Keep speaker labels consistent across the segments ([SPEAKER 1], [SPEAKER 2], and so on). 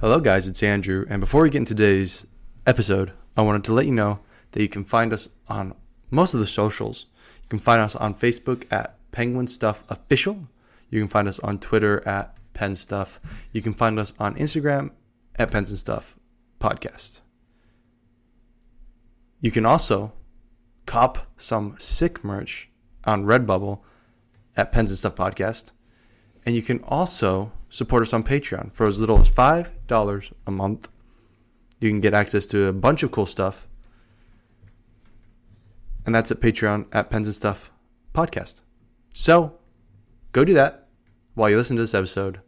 [SPEAKER 1] Hello, guys, it's Andrew. And before we get into today's episode, I wanted to let you know that you can find us on most of the socials. You can find us on Facebook at Penguin Stuff Official. You can find us on Twitter at Pen Stuff. You can find us on Instagram at Pens and Stuff Podcast. You can also cop some sick merch on Redbubble at Pens and Stuff Podcast. And you can also support us on Patreon for as little as $5 a month. You can get access to a bunch of cool stuff. And that's at Patreon at Pens and Stuff Podcast. So go do that while you listen to this episode.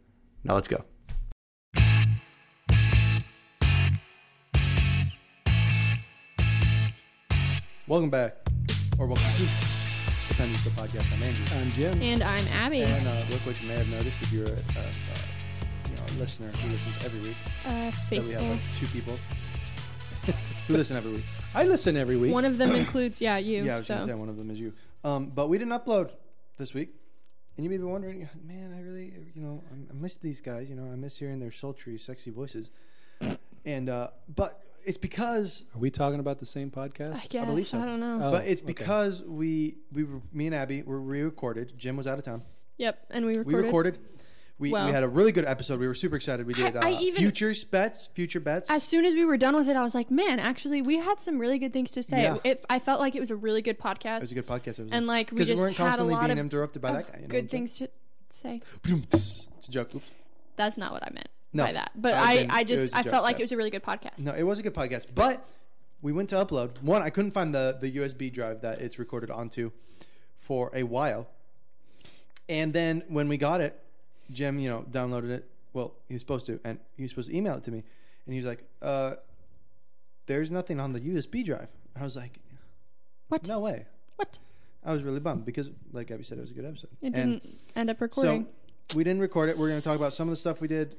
[SPEAKER 1] Now let's go. Welcome back, or welcome to the Pens and Stuff Podcast. I'm Andrew.
[SPEAKER 2] I'm Jim.
[SPEAKER 3] And I'm Abby.
[SPEAKER 1] And uh, look what you may have noticed if you're a, a, a, you know, a listener who listens every week.
[SPEAKER 3] Uh,
[SPEAKER 1] That we have
[SPEAKER 3] faithful.
[SPEAKER 1] like two people who listen every week.
[SPEAKER 2] I listen every week.
[SPEAKER 3] One of them includes, yeah, you.
[SPEAKER 1] Yeah, I was
[SPEAKER 3] so
[SPEAKER 1] gonna say one of them is you. Um, but we didn't upload this week, and you may be wondering, man, I really, you know, I, I miss these guys. You know, I miss hearing their sultry, sexy voices. And uh, but it's because,
[SPEAKER 2] Are we talking about the same
[SPEAKER 3] I
[SPEAKER 2] podcast?
[SPEAKER 3] guess I,
[SPEAKER 1] believe so.
[SPEAKER 3] don't know.
[SPEAKER 2] Oh,
[SPEAKER 1] but it's
[SPEAKER 2] okay.
[SPEAKER 1] because we we were, me and Abby were re-recorded. Jim was out of town.
[SPEAKER 3] yep, and we recorded.
[SPEAKER 1] We recorded. We,
[SPEAKER 3] Wow.
[SPEAKER 1] we had a really good episode. We were super excited. We did uh,
[SPEAKER 3] I even-
[SPEAKER 1] futures bets, future bets.
[SPEAKER 3] As soon as we were done with it, I was like, man, actually, we had some really good things to say.
[SPEAKER 1] Yeah.
[SPEAKER 3] It, I felt like it was a really good podcast.
[SPEAKER 1] It was a good podcast. It was
[SPEAKER 3] and
[SPEAKER 1] a-
[SPEAKER 3] like we
[SPEAKER 1] 'cause
[SPEAKER 3] just
[SPEAKER 1] weren't
[SPEAKER 3] had a
[SPEAKER 1] constantly
[SPEAKER 3] lot
[SPEAKER 1] being
[SPEAKER 3] of,
[SPEAKER 1] interrupted by
[SPEAKER 3] of
[SPEAKER 1] that guy. You know what I'm
[SPEAKER 3] good
[SPEAKER 1] saying?
[SPEAKER 3] things to say.
[SPEAKER 1] It's a joke. Oops.
[SPEAKER 3] That's not what I meant
[SPEAKER 1] No.
[SPEAKER 3] by that. But
[SPEAKER 1] Uh,
[SPEAKER 3] I,
[SPEAKER 1] then
[SPEAKER 3] I
[SPEAKER 1] it was
[SPEAKER 3] just,
[SPEAKER 1] a
[SPEAKER 3] I
[SPEAKER 1] joke,
[SPEAKER 3] felt like
[SPEAKER 1] yeah.
[SPEAKER 3] it was a really good podcast.
[SPEAKER 1] No, it was a good podcast, but we went to upload. One, I couldn't find the the USB drive that it's recorded onto for a while, and then when we got it, Jim, you know, downloaded it. Well, he was supposed to, and he was supposed to email it to me, and he was like, "Uh, there's nothing on the USB drive." I was like,
[SPEAKER 3] What?
[SPEAKER 1] No way."
[SPEAKER 3] What?
[SPEAKER 1] I was really bummed because, like Abby said, it was a good episode.
[SPEAKER 3] It
[SPEAKER 1] And
[SPEAKER 3] didn't end up recording.
[SPEAKER 1] So we didn't record it. We're going to talk about some of the stuff we did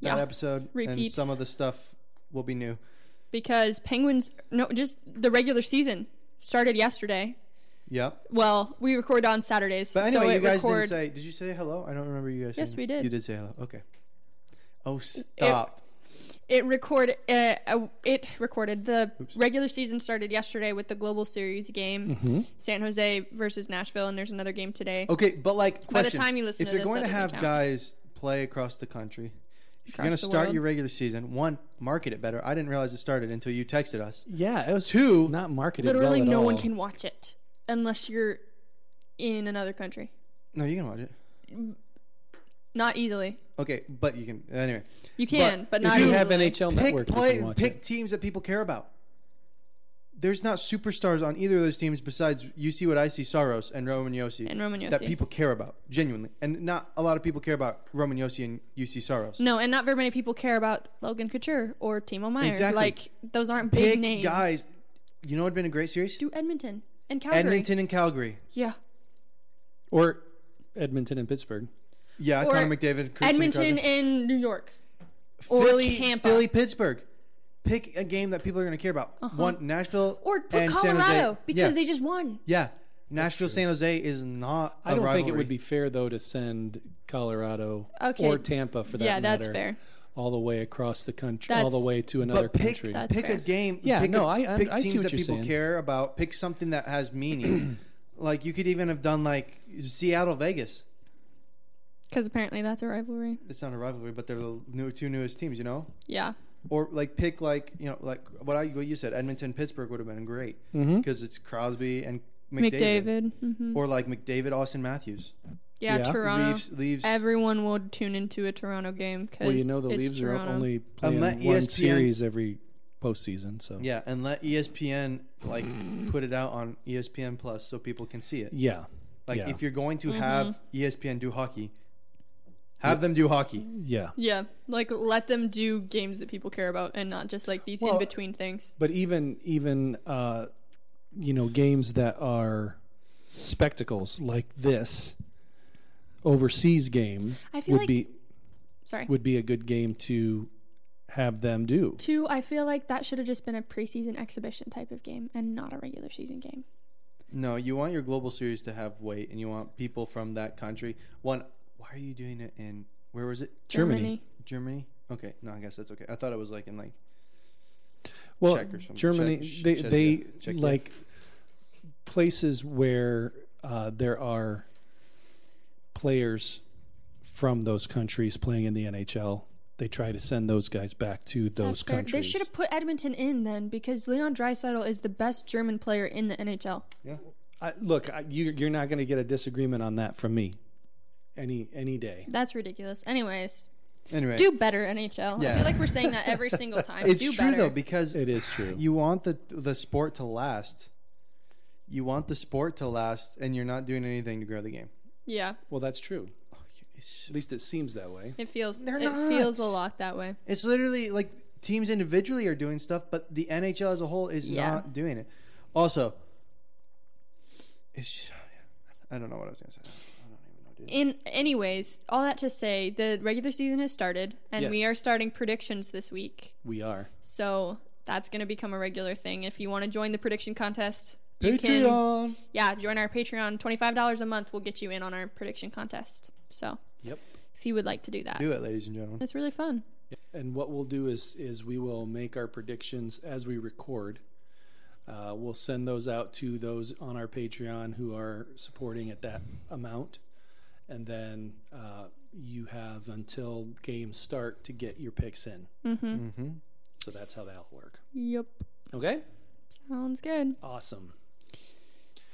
[SPEAKER 1] that
[SPEAKER 3] Yeah.
[SPEAKER 1] episode, and
[SPEAKER 3] Repeat.
[SPEAKER 1] some of the stuff will be new.
[SPEAKER 3] because Penguins, no, just the regular season started yesterday.
[SPEAKER 1] Yep.
[SPEAKER 3] Well, we record on Saturdays.
[SPEAKER 1] But anyway,
[SPEAKER 3] so it
[SPEAKER 1] you guys
[SPEAKER 3] record,
[SPEAKER 1] didn't say. Did you say hello? I don't remember you guys.
[SPEAKER 3] Yes,
[SPEAKER 1] saying-
[SPEAKER 3] we did.
[SPEAKER 1] You did say hello. Okay. Oh, stop.
[SPEAKER 3] it record uh, uh, it recorded the regular season started yesterday with the global series game san jose versus nashville and there's another game today
[SPEAKER 1] Mm-hmm. okay, but like,
[SPEAKER 3] By the
[SPEAKER 1] question.
[SPEAKER 3] time you listen
[SPEAKER 1] if
[SPEAKER 3] to
[SPEAKER 1] you're
[SPEAKER 3] this,
[SPEAKER 1] going
[SPEAKER 3] that
[SPEAKER 1] to
[SPEAKER 3] doesn't
[SPEAKER 1] have
[SPEAKER 3] count.
[SPEAKER 1] guys play across the country, if you're
[SPEAKER 3] Across
[SPEAKER 1] going to
[SPEAKER 3] the
[SPEAKER 1] start
[SPEAKER 3] world.
[SPEAKER 1] your regular season, one, market it better. I didn't realize it started until you texted us.
[SPEAKER 2] Yeah, it was
[SPEAKER 1] Two-
[SPEAKER 2] not marketed.
[SPEAKER 3] literally
[SPEAKER 2] well at
[SPEAKER 3] no one
[SPEAKER 2] all.
[SPEAKER 3] can watch it unless you're in another country
[SPEAKER 1] No, you can watch it.
[SPEAKER 3] not easily
[SPEAKER 1] Okay, but you can anyway.
[SPEAKER 3] you can
[SPEAKER 1] if
[SPEAKER 3] but, not
[SPEAKER 2] If you
[SPEAKER 3] easily.
[SPEAKER 2] have NHL Network,
[SPEAKER 1] Pick
[SPEAKER 2] you
[SPEAKER 1] play,
[SPEAKER 2] can watch
[SPEAKER 1] pick
[SPEAKER 2] it.
[SPEAKER 1] teams that people care about. There's not superstars on either of those teams besides you see what I see Saros and Roman Yossi
[SPEAKER 3] And Roman
[SPEAKER 1] that
[SPEAKER 3] Yossi.
[SPEAKER 1] people care about genuinely, and not a lot of people care about Roman Yossi and UC Saros.
[SPEAKER 3] no and not very many people care about logan couture or timo meyer
[SPEAKER 1] Exactly.
[SPEAKER 3] like those aren't big
[SPEAKER 1] Pick
[SPEAKER 3] names
[SPEAKER 1] guys. You know what'd been a great series?
[SPEAKER 3] do edmonton and calgary
[SPEAKER 1] Edmonton and Calgary.
[SPEAKER 3] yeah
[SPEAKER 2] Or Edmonton and Pittsburgh.
[SPEAKER 1] Yeah,
[SPEAKER 3] Or
[SPEAKER 1] Connor McDavid. Chris
[SPEAKER 3] edmonton
[SPEAKER 1] Crosby.
[SPEAKER 3] and new york or
[SPEAKER 1] Philly,
[SPEAKER 3] Tampa.
[SPEAKER 1] Philly, Pittsburgh. Pick a game that people are going to care about. One Nashville
[SPEAKER 3] Uh-huh. or put
[SPEAKER 1] and San Jose.
[SPEAKER 3] colorado because
[SPEAKER 1] yeah.
[SPEAKER 3] they just won
[SPEAKER 1] yeah. Nashville, San Jose is not. I
[SPEAKER 2] I don't think it would be fair though to send Colorado
[SPEAKER 3] Okay.
[SPEAKER 2] or Tampa for that
[SPEAKER 3] Yeah, that's
[SPEAKER 2] matter
[SPEAKER 3] fair.
[SPEAKER 2] all the way across the country, all
[SPEAKER 3] That's-
[SPEAKER 2] the way to another
[SPEAKER 1] but pick,
[SPEAKER 2] country.
[SPEAKER 3] That's
[SPEAKER 1] pick a
[SPEAKER 3] fair.
[SPEAKER 1] game.
[SPEAKER 2] Yeah,
[SPEAKER 1] pick
[SPEAKER 2] no,
[SPEAKER 1] a,
[SPEAKER 2] I- I-
[SPEAKER 1] pick
[SPEAKER 2] I see
[SPEAKER 1] teams
[SPEAKER 2] what
[SPEAKER 1] that
[SPEAKER 2] you're
[SPEAKER 1] people
[SPEAKER 2] saying.
[SPEAKER 1] care about. Pick something that has meaning. like you could even have done like Seattle Vegas.
[SPEAKER 3] Because apparently that's a rivalry.
[SPEAKER 1] It's not a rivalry, but they're the new, two newest teams, you know.
[SPEAKER 3] Yeah.
[SPEAKER 1] Or like pick like you know like what I what you said Edmonton Pittsburgh would have been great
[SPEAKER 2] Mm-hmm.
[SPEAKER 1] because it's Crosby and McDavid.
[SPEAKER 3] McDavid. hmm
[SPEAKER 1] or like McDavid Austin Matthews.
[SPEAKER 3] Yeah,
[SPEAKER 2] Yeah.
[SPEAKER 3] Toronto.
[SPEAKER 1] Leaves leaves
[SPEAKER 3] Everyone will tune into a Toronto game because
[SPEAKER 2] well, you know the Leaves
[SPEAKER 3] Toronto.
[SPEAKER 2] are only playing
[SPEAKER 1] Unless E
[SPEAKER 2] one
[SPEAKER 1] ESPN
[SPEAKER 2] series every postseason, so
[SPEAKER 1] yeah, and let E ESPN like put it out on E ESPN Plus so people can see it.
[SPEAKER 2] yeah,
[SPEAKER 1] Like
[SPEAKER 2] yeah.
[SPEAKER 1] if you're going
[SPEAKER 3] Mm-hmm.
[SPEAKER 1] to have E ESPN do hockey, have them do hockey.
[SPEAKER 2] yeah.
[SPEAKER 3] Yeah, like let them do games that people care about and not just like these
[SPEAKER 2] Well,
[SPEAKER 3] in between things.
[SPEAKER 2] but even even uh, you know games that are spectacles like this overseas game
[SPEAKER 3] I feel
[SPEAKER 2] would
[SPEAKER 3] like-
[SPEAKER 2] be
[SPEAKER 3] Sorry.
[SPEAKER 2] would be a good game to have them do
[SPEAKER 3] Two, I feel like that should have just been a preseason exhibition type of game and not a regular season game.
[SPEAKER 1] No, you want your global series to have weight, and you want people from that country. One, why are you doing it in where was it?
[SPEAKER 2] Germany.
[SPEAKER 1] Germany. Okay, no, I guess that's okay. I thought it was like in like
[SPEAKER 2] well,
[SPEAKER 1] Czech or something.
[SPEAKER 2] Germany,
[SPEAKER 1] Czech-
[SPEAKER 2] they
[SPEAKER 1] Czech-
[SPEAKER 2] they
[SPEAKER 1] yeah, Czech, yeah.
[SPEAKER 2] like places where uh, there are players from those countries playing in the NHL. They try to send those guys back to those
[SPEAKER 3] That's fair.
[SPEAKER 2] countries.
[SPEAKER 3] They should have put Edmonton in then because Leon Dreisettle is the best German player in the NHL.
[SPEAKER 1] yeah.
[SPEAKER 2] I, look, I, you, you're not going to get a disagreement on that from me any any day.
[SPEAKER 3] That's ridiculous. Anyways,
[SPEAKER 1] Anyway,
[SPEAKER 3] do better NHL. I
[SPEAKER 1] Yeah.
[SPEAKER 3] feel like we're saying that every single time.
[SPEAKER 1] it's
[SPEAKER 3] do
[SPEAKER 1] true
[SPEAKER 3] better.
[SPEAKER 1] though because
[SPEAKER 2] It is true.
[SPEAKER 1] you want the the sport to last. You want the sport to last, and you're not doing anything to grow the game. Oh,
[SPEAKER 3] yeah,
[SPEAKER 2] well, that's true.
[SPEAKER 1] It's,
[SPEAKER 2] At least it seems that way.
[SPEAKER 3] it feels
[SPEAKER 1] They're
[SPEAKER 3] it
[SPEAKER 1] not.
[SPEAKER 3] feels a lot that way.
[SPEAKER 1] it's literally like teams individually are doing stuff, but the NHL as a whole is
[SPEAKER 3] Yeah.
[SPEAKER 1] not doing it. Also, it's just, I don't know what I was gonna say. I don't even know, dude.
[SPEAKER 3] In anyways, all that to say, the regular season has started, and we
[SPEAKER 2] Yes.
[SPEAKER 3] are starting predictions this week.
[SPEAKER 2] We are.
[SPEAKER 3] So that's going to become a regular thing. If you want to join the prediction contest, you can.
[SPEAKER 2] Patreon.
[SPEAKER 3] Yeah, join our Patreon. Twenty five dollars a month will get you in on our prediction contest. So
[SPEAKER 2] Yep.
[SPEAKER 3] if you would like to do that,
[SPEAKER 1] Do it, ladies and gentlemen.
[SPEAKER 3] it's really fun.
[SPEAKER 2] And what we'll do is is we will make our predictions as we record. Uh, we'll send those out to those on our Patreon who are supporting at that amount, and then uh, you have until games start to get your picks in.
[SPEAKER 1] Mm-hmm.
[SPEAKER 2] So that's how that'll work.
[SPEAKER 3] Yep,
[SPEAKER 2] Okay.
[SPEAKER 3] sounds good.
[SPEAKER 2] Awesome.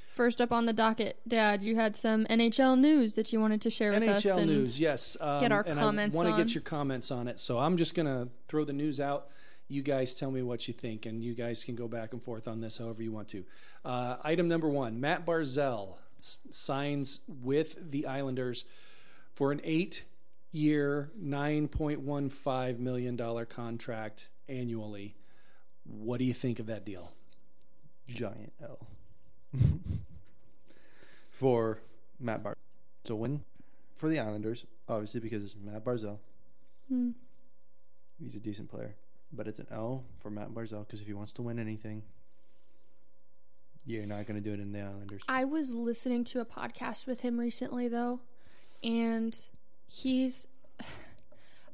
[SPEAKER 3] First up on the docket, Dad, you had some NHL news that you wanted to share with us.
[SPEAKER 2] NHL
[SPEAKER 3] and-
[SPEAKER 2] news, yes. Um,
[SPEAKER 3] get our
[SPEAKER 2] and
[SPEAKER 3] comments
[SPEAKER 2] I want to
[SPEAKER 3] on.
[SPEAKER 2] get your comments on it. So I'm just going to throw the news out. You guys tell me what you think, and you guys can go back and forth on this however you want to. Uh, item number one Matt Barzell s- signs with the Islanders for an eight year, $9.15 million contract annually. What do you think of that deal?
[SPEAKER 1] Giant L for Matt Bar. So win for the Islanders, obviously because it's Matt Barzell.
[SPEAKER 3] Hmm.
[SPEAKER 1] He's a decent player, but it's an L for Matt Barzell because if he wants to win anything, you're not going to do it in the Islanders.
[SPEAKER 3] I was listening to a podcast with him recently though, and he's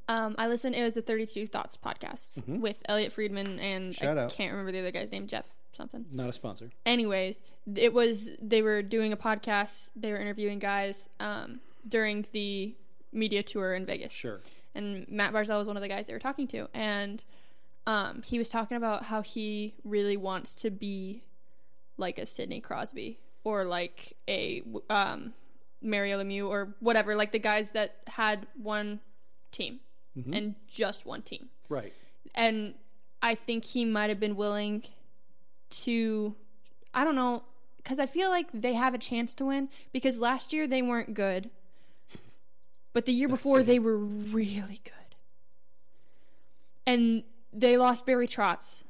[SPEAKER 3] um I listened it was the 32 Thoughts podcast with Elliot Friedman and
[SPEAKER 1] Mm-hmm. Shout
[SPEAKER 3] I
[SPEAKER 1] out.
[SPEAKER 3] can't remember the other guy's name, Jeff something.
[SPEAKER 2] Not a sponsor.
[SPEAKER 3] Anyways, it was they were doing a podcast, they were interviewing guys um during the media tour in Vegas
[SPEAKER 2] Sure.
[SPEAKER 3] and Matt Barzell was one of the guys they were talking to, and um, he was talking about how he really wants to be like a Sidney Crosby or like a um, Mario Lemieux or whatever, like the guys that had one team and just one team,
[SPEAKER 2] Right.
[SPEAKER 3] and I think he might have been willing to, I don't know, because I feel like they have a chance to win because last year they weren't good, but the year before they were really good, and they lost Barry Trotz.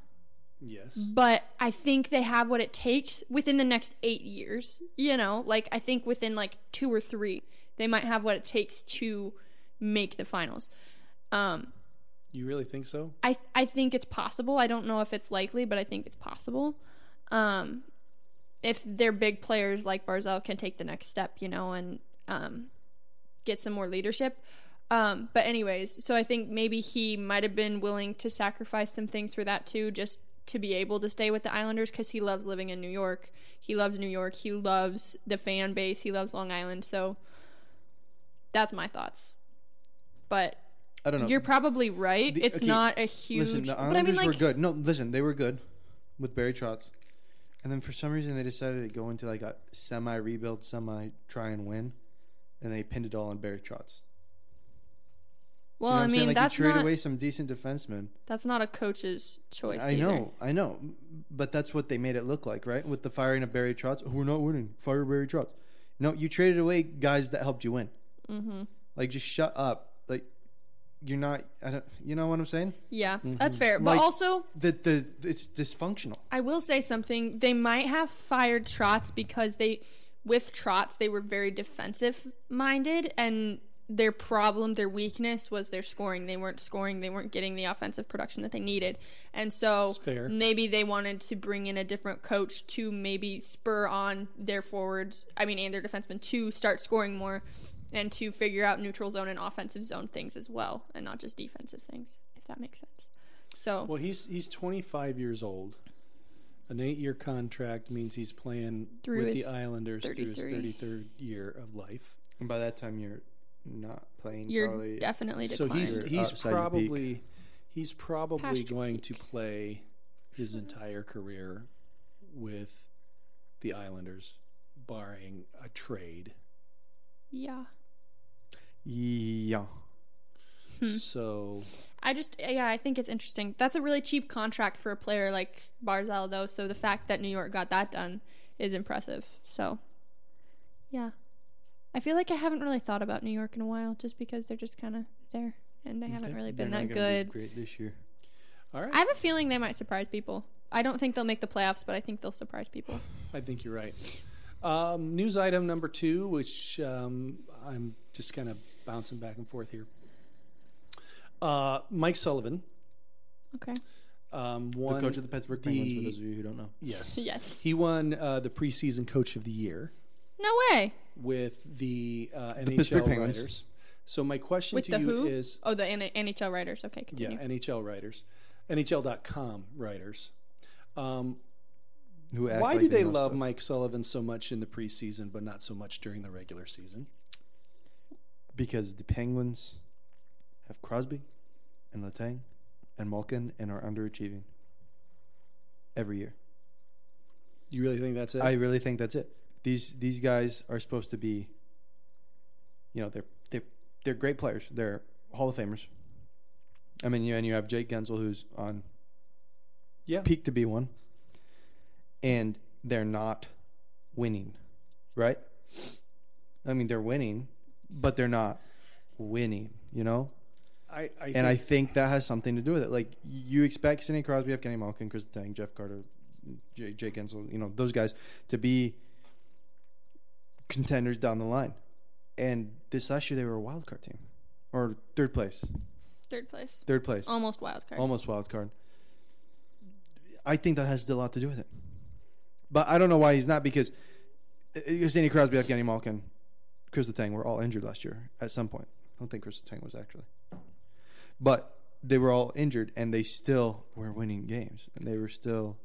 [SPEAKER 2] Yes.
[SPEAKER 3] But I think they have what it takes within the next eight years. You know, like I think within like two or three, they might have what it takes to make the finals. Um,
[SPEAKER 2] You really think so?
[SPEAKER 3] I I think it's possible. I don't know if it's likely, but I think it's possible. Um, if their big players like Barzell can take the next step, you know, and um, get some more leadership. Um, but anyways, so I think maybe he might have been willing to sacrifice some things for that too, just to be able to stay with the Islanders because he loves living in New York. He loves New York. He loves the fan base. He loves Long Island. So that's my thoughts. But
[SPEAKER 1] I don't know.
[SPEAKER 3] you're probably right.
[SPEAKER 1] The-
[SPEAKER 3] it's
[SPEAKER 1] okay,
[SPEAKER 3] not a huge.
[SPEAKER 1] listen, the
[SPEAKER 3] but I
[SPEAKER 1] Islanders
[SPEAKER 3] mean, like,
[SPEAKER 1] were good. No, listen, they were good with Barry Trotz, and then for some reason they decided to go into like a semi rebuild, semi try and win, and they pinned it all on Barry Trotz. you know what
[SPEAKER 3] well, I
[SPEAKER 1] I'm saying?
[SPEAKER 3] mean,
[SPEAKER 1] like
[SPEAKER 3] that's
[SPEAKER 1] you trade
[SPEAKER 3] not
[SPEAKER 1] away some decent defensemen.
[SPEAKER 3] that's not a coach's choice.
[SPEAKER 1] I
[SPEAKER 3] either.
[SPEAKER 1] know, I know, but that's what they made it look like, right? With the firing of Barry Trotz, "Oh, we're not winning. Fire Barry Trotz. No, you traded away guys that helped you win.
[SPEAKER 3] Mm-hmm.
[SPEAKER 1] Like, just shut up. Like, you're not. I don't. You know what I'm saying?
[SPEAKER 3] Yeah, that's fair.
[SPEAKER 1] Mm-hmm. Like-
[SPEAKER 3] but also,
[SPEAKER 1] The the it's dysfunctional.
[SPEAKER 3] I will say something. They might have fired Trotz because they, with Trotz, they were very defensive minded, and their problem, their weakness was their scoring. They weren't scoring. They weren't getting the offensive production that they needed, and so
[SPEAKER 2] It's fair.
[SPEAKER 3] maybe they wanted to bring in a different coach to maybe spur on their forwards. I mean, and their defensemen to start scoring more. and to figure out neutral zone and offensive zone things as well, and not just defensive things, if that makes sense. So
[SPEAKER 2] Well, he's he's 25 years old. An eight-year contract means he's playing
[SPEAKER 3] Through
[SPEAKER 2] with
[SPEAKER 3] his
[SPEAKER 2] the Islanders through his
[SPEAKER 3] 33.
[SPEAKER 2] 33rd year of life.
[SPEAKER 1] And by that time, you're not playing.
[SPEAKER 3] you're
[SPEAKER 1] probably.
[SPEAKER 3] definitely
[SPEAKER 2] So
[SPEAKER 3] declined.
[SPEAKER 2] he's
[SPEAKER 1] You're
[SPEAKER 2] he's
[SPEAKER 1] upside your peak.
[SPEAKER 2] probably he's probably
[SPEAKER 3] Past your
[SPEAKER 2] going to
[SPEAKER 3] peak.
[SPEAKER 2] play his entire career with the Islanders, barring a trade.
[SPEAKER 3] yeah.
[SPEAKER 1] yeah.
[SPEAKER 3] Hmm.
[SPEAKER 2] So
[SPEAKER 3] I just yeah, I think it's interesting. That's a really cheap contract for a player like Barzal though, so the fact that New York got that done is impressive. So yeah. I feel like I haven't really thought about New York in a while just because they're just kind of there and they haven't
[SPEAKER 1] Okay.
[SPEAKER 3] really
[SPEAKER 1] They're
[SPEAKER 3] been
[SPEAKER 1] not
[SPEAKER 3] that
[SPEAKER 1] gonna
[SPEAKER 3] good.
[SPEAKER 1] do great this year.
[SPEAKER 2] all right,
[SPEAKER 3] I have a feeling they might surprise people. I don't think they'll make the playoffs, but I think they'll surprise people.
[SPEAKER 2] I think you're right. Um, news item number two, which um, I'm just kind of bouncing back and forth here. Uh, Mike Sullivan
[SPEAKER 3] Okay.
[SPEAKER 2] um,
[SPEAKER 1] The
[SPEAKER 2] won
[SPEAKER 1] coach of the Pittsburgh Penguins,
[SPEAKER 2] the-
[SPEAKER 1] for those of you who don't know.
[SPEAKER 2] Yes,
[SPEAKER 3] Yes.
[SPEAKER 2] he won uh, the preseason coach of the year
[SPEAKER 3] No way.
[SPEAKER 2] with the, uh,
[SPEAKER 1] Pittsburgh
[SPEAKER 2] NHL
[SPEAKER 1] Penguins.
[SPEAKER 2] writers. So my question
[SPEAKER 3] With
[SPEAKER 2] to
[SPEAKER 3] the
[SPEAKER 2] you
[SPEAKER 3] who?
[SPEAKER 2] is,
[SPEAKER 3] Oh, the N- NHL writers. Okay,
[SPEAKER 2] yeah,
[SPEAKER 3] continue.
[SPEAKER 2] NHL writers, NHL.com writers. Um,
[SPEAKER 1] Who acts
[SPEAKER 2] why
[SPEAKER 1] like
[SPEAKER 2] do they
[SPEAKER 1] know
[SPEAKER 2] love
[SPEAKER 1] stuff.
[SPEAKER 2] Mike Sullivan so much in the preseason, but not so much during the regular season?
[SPEAKER 1] Because the Penguins have Crosby and Letang and Malkin and are underachieving every year.
[SPEAKER 2] You really think that's it?
[SPEAKER 1] I really think that's it. These these guys are supposed to be, you know, they're they're they're great players. They're Hall of Famers. I mean, you and you have Jake Gensel, who's on
[SPEAKER 2] yeah.
[SPEAKER 1] peak to be one, and they're not winning, right? I mean, they're winning, but they're not winning. You know,
[SPEAKER 2] I, I think,
[SPEAKER 1] and I think that has something to do with it. Like you expect Sidney Crosby, F. Kenny Malkin, Chris Tang, Jeff Carter, J- Jake Ensel, you know those guys to be contenders down the line. And this last year they were a wild card team, or third place,
[SPEAKER 3] Third place.
[SPEAKER 1] third place,
[SPEAKER 3] Almost wild card.
[SPEAKER 1] almost wild card. I think that has a lot to do with it, but I don't know why he's not because uh, Sidney Crosby, F. Kenny Malkin, Chris Tang were all injured last year at some point. I don't think Chris Tang was actually but they were all injured and they still were winning games and they were still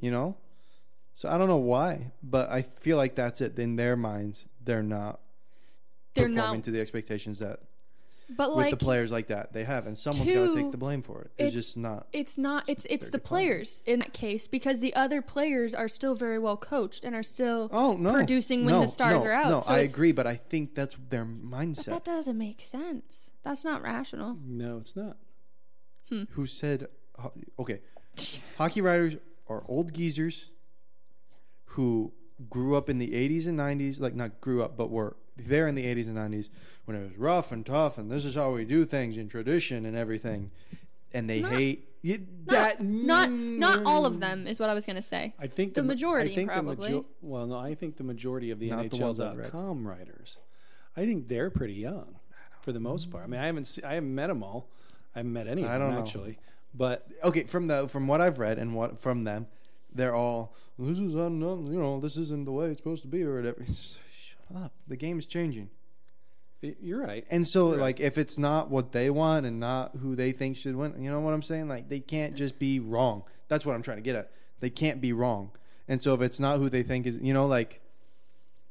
[SPEAKER 1] you know so i don't know why but i feel like that's it in their minds they're not
[SPEAKER 3] They're
[SPEAKER 1] performing
[SPEAKER 3] not.
[SPEAKER 1] to the expectations that
[SPEAKER 3] But like
[SPEAKER 1] with the players like that they have and someone's got to take
[SPEAKER 3] two,
[SPEAKER 1] the blame for it
[SPEAKER 3] it's-
[SPEAKER 1] it's just not
[SPEAKER 3] It's not. It's it's the
[SPEAKER 1] they're declining.
[SPEAKER 3] players in that case because the other players are still very well coached and are still.
[SPEAKER 1] oh no
[SPEAKER 3] producing when
[SPEAKER 1] No,
[SPEAKER 3] the stars
[SPEAKER 1] no,
[SPEAKER 3] are out,
[SPEAKER 1] no
[SPEAKER 3] so
[SPEAKER 1] i
[SPEAKER 3] it's-
[SPEAKER 1] agree but i think that's their
[SPEAKER 3] But
[SPEAKER 1] mindset
[SPEAKER 3] that doesn't make sense. That's not rational.
[SPEAKER 2] no, it's not.
[SPEAKER 1] who said ho- okay hockey writers are old geezers who grew up in the 80s and 90s like not grew up but were there in the 80s and 90s when it was rough and tough and this is how we do things and tradition and everything and they
[SPEAKER 3] Not-
[SPEAKER 1] hate you, that
[SPEAKER 3] Not,
[SPEAKER 1] Mm.
[SPEAKER 3] not not all of them is what I was gonna say.
[SPEAKER 2] I think
[SPEAKER 3] The
[SPEAKER 2] ma-
[SPEAKER 3] majority,
[SPEAKER 2] I think
[SPEAKER 3] probably.
[SPEAKER 2] The majo- well, no, I think the majority of the
[SPEAKER 1] Not the ones I've read.
[SPEAKER 2] NHL.com writers, I think they're pretty young, for the most part. I mean, I haven't se- I haven't met them all. I haven't met any of
[SPEAKER 1] I
[SPEAKER 2] them
[SPEAKER 1] don't know.
[SPEAKER 2] actually. But
[SPEAKER 1] okay from the from what i've read and what from them they're all this is unknown you know this isn't the way it's supposed to be or whatever It's just, shut up the game is changing
[SPEAKER 2] y- you're right.
[SPEAKER 1] And so, like, if it's not what they want and not who they think should win, you know what I'm saying? Like, they can't just be wrong. That's what I'm trying to get at. They can't be wrong. And so, if it's not who they think is, you know, like,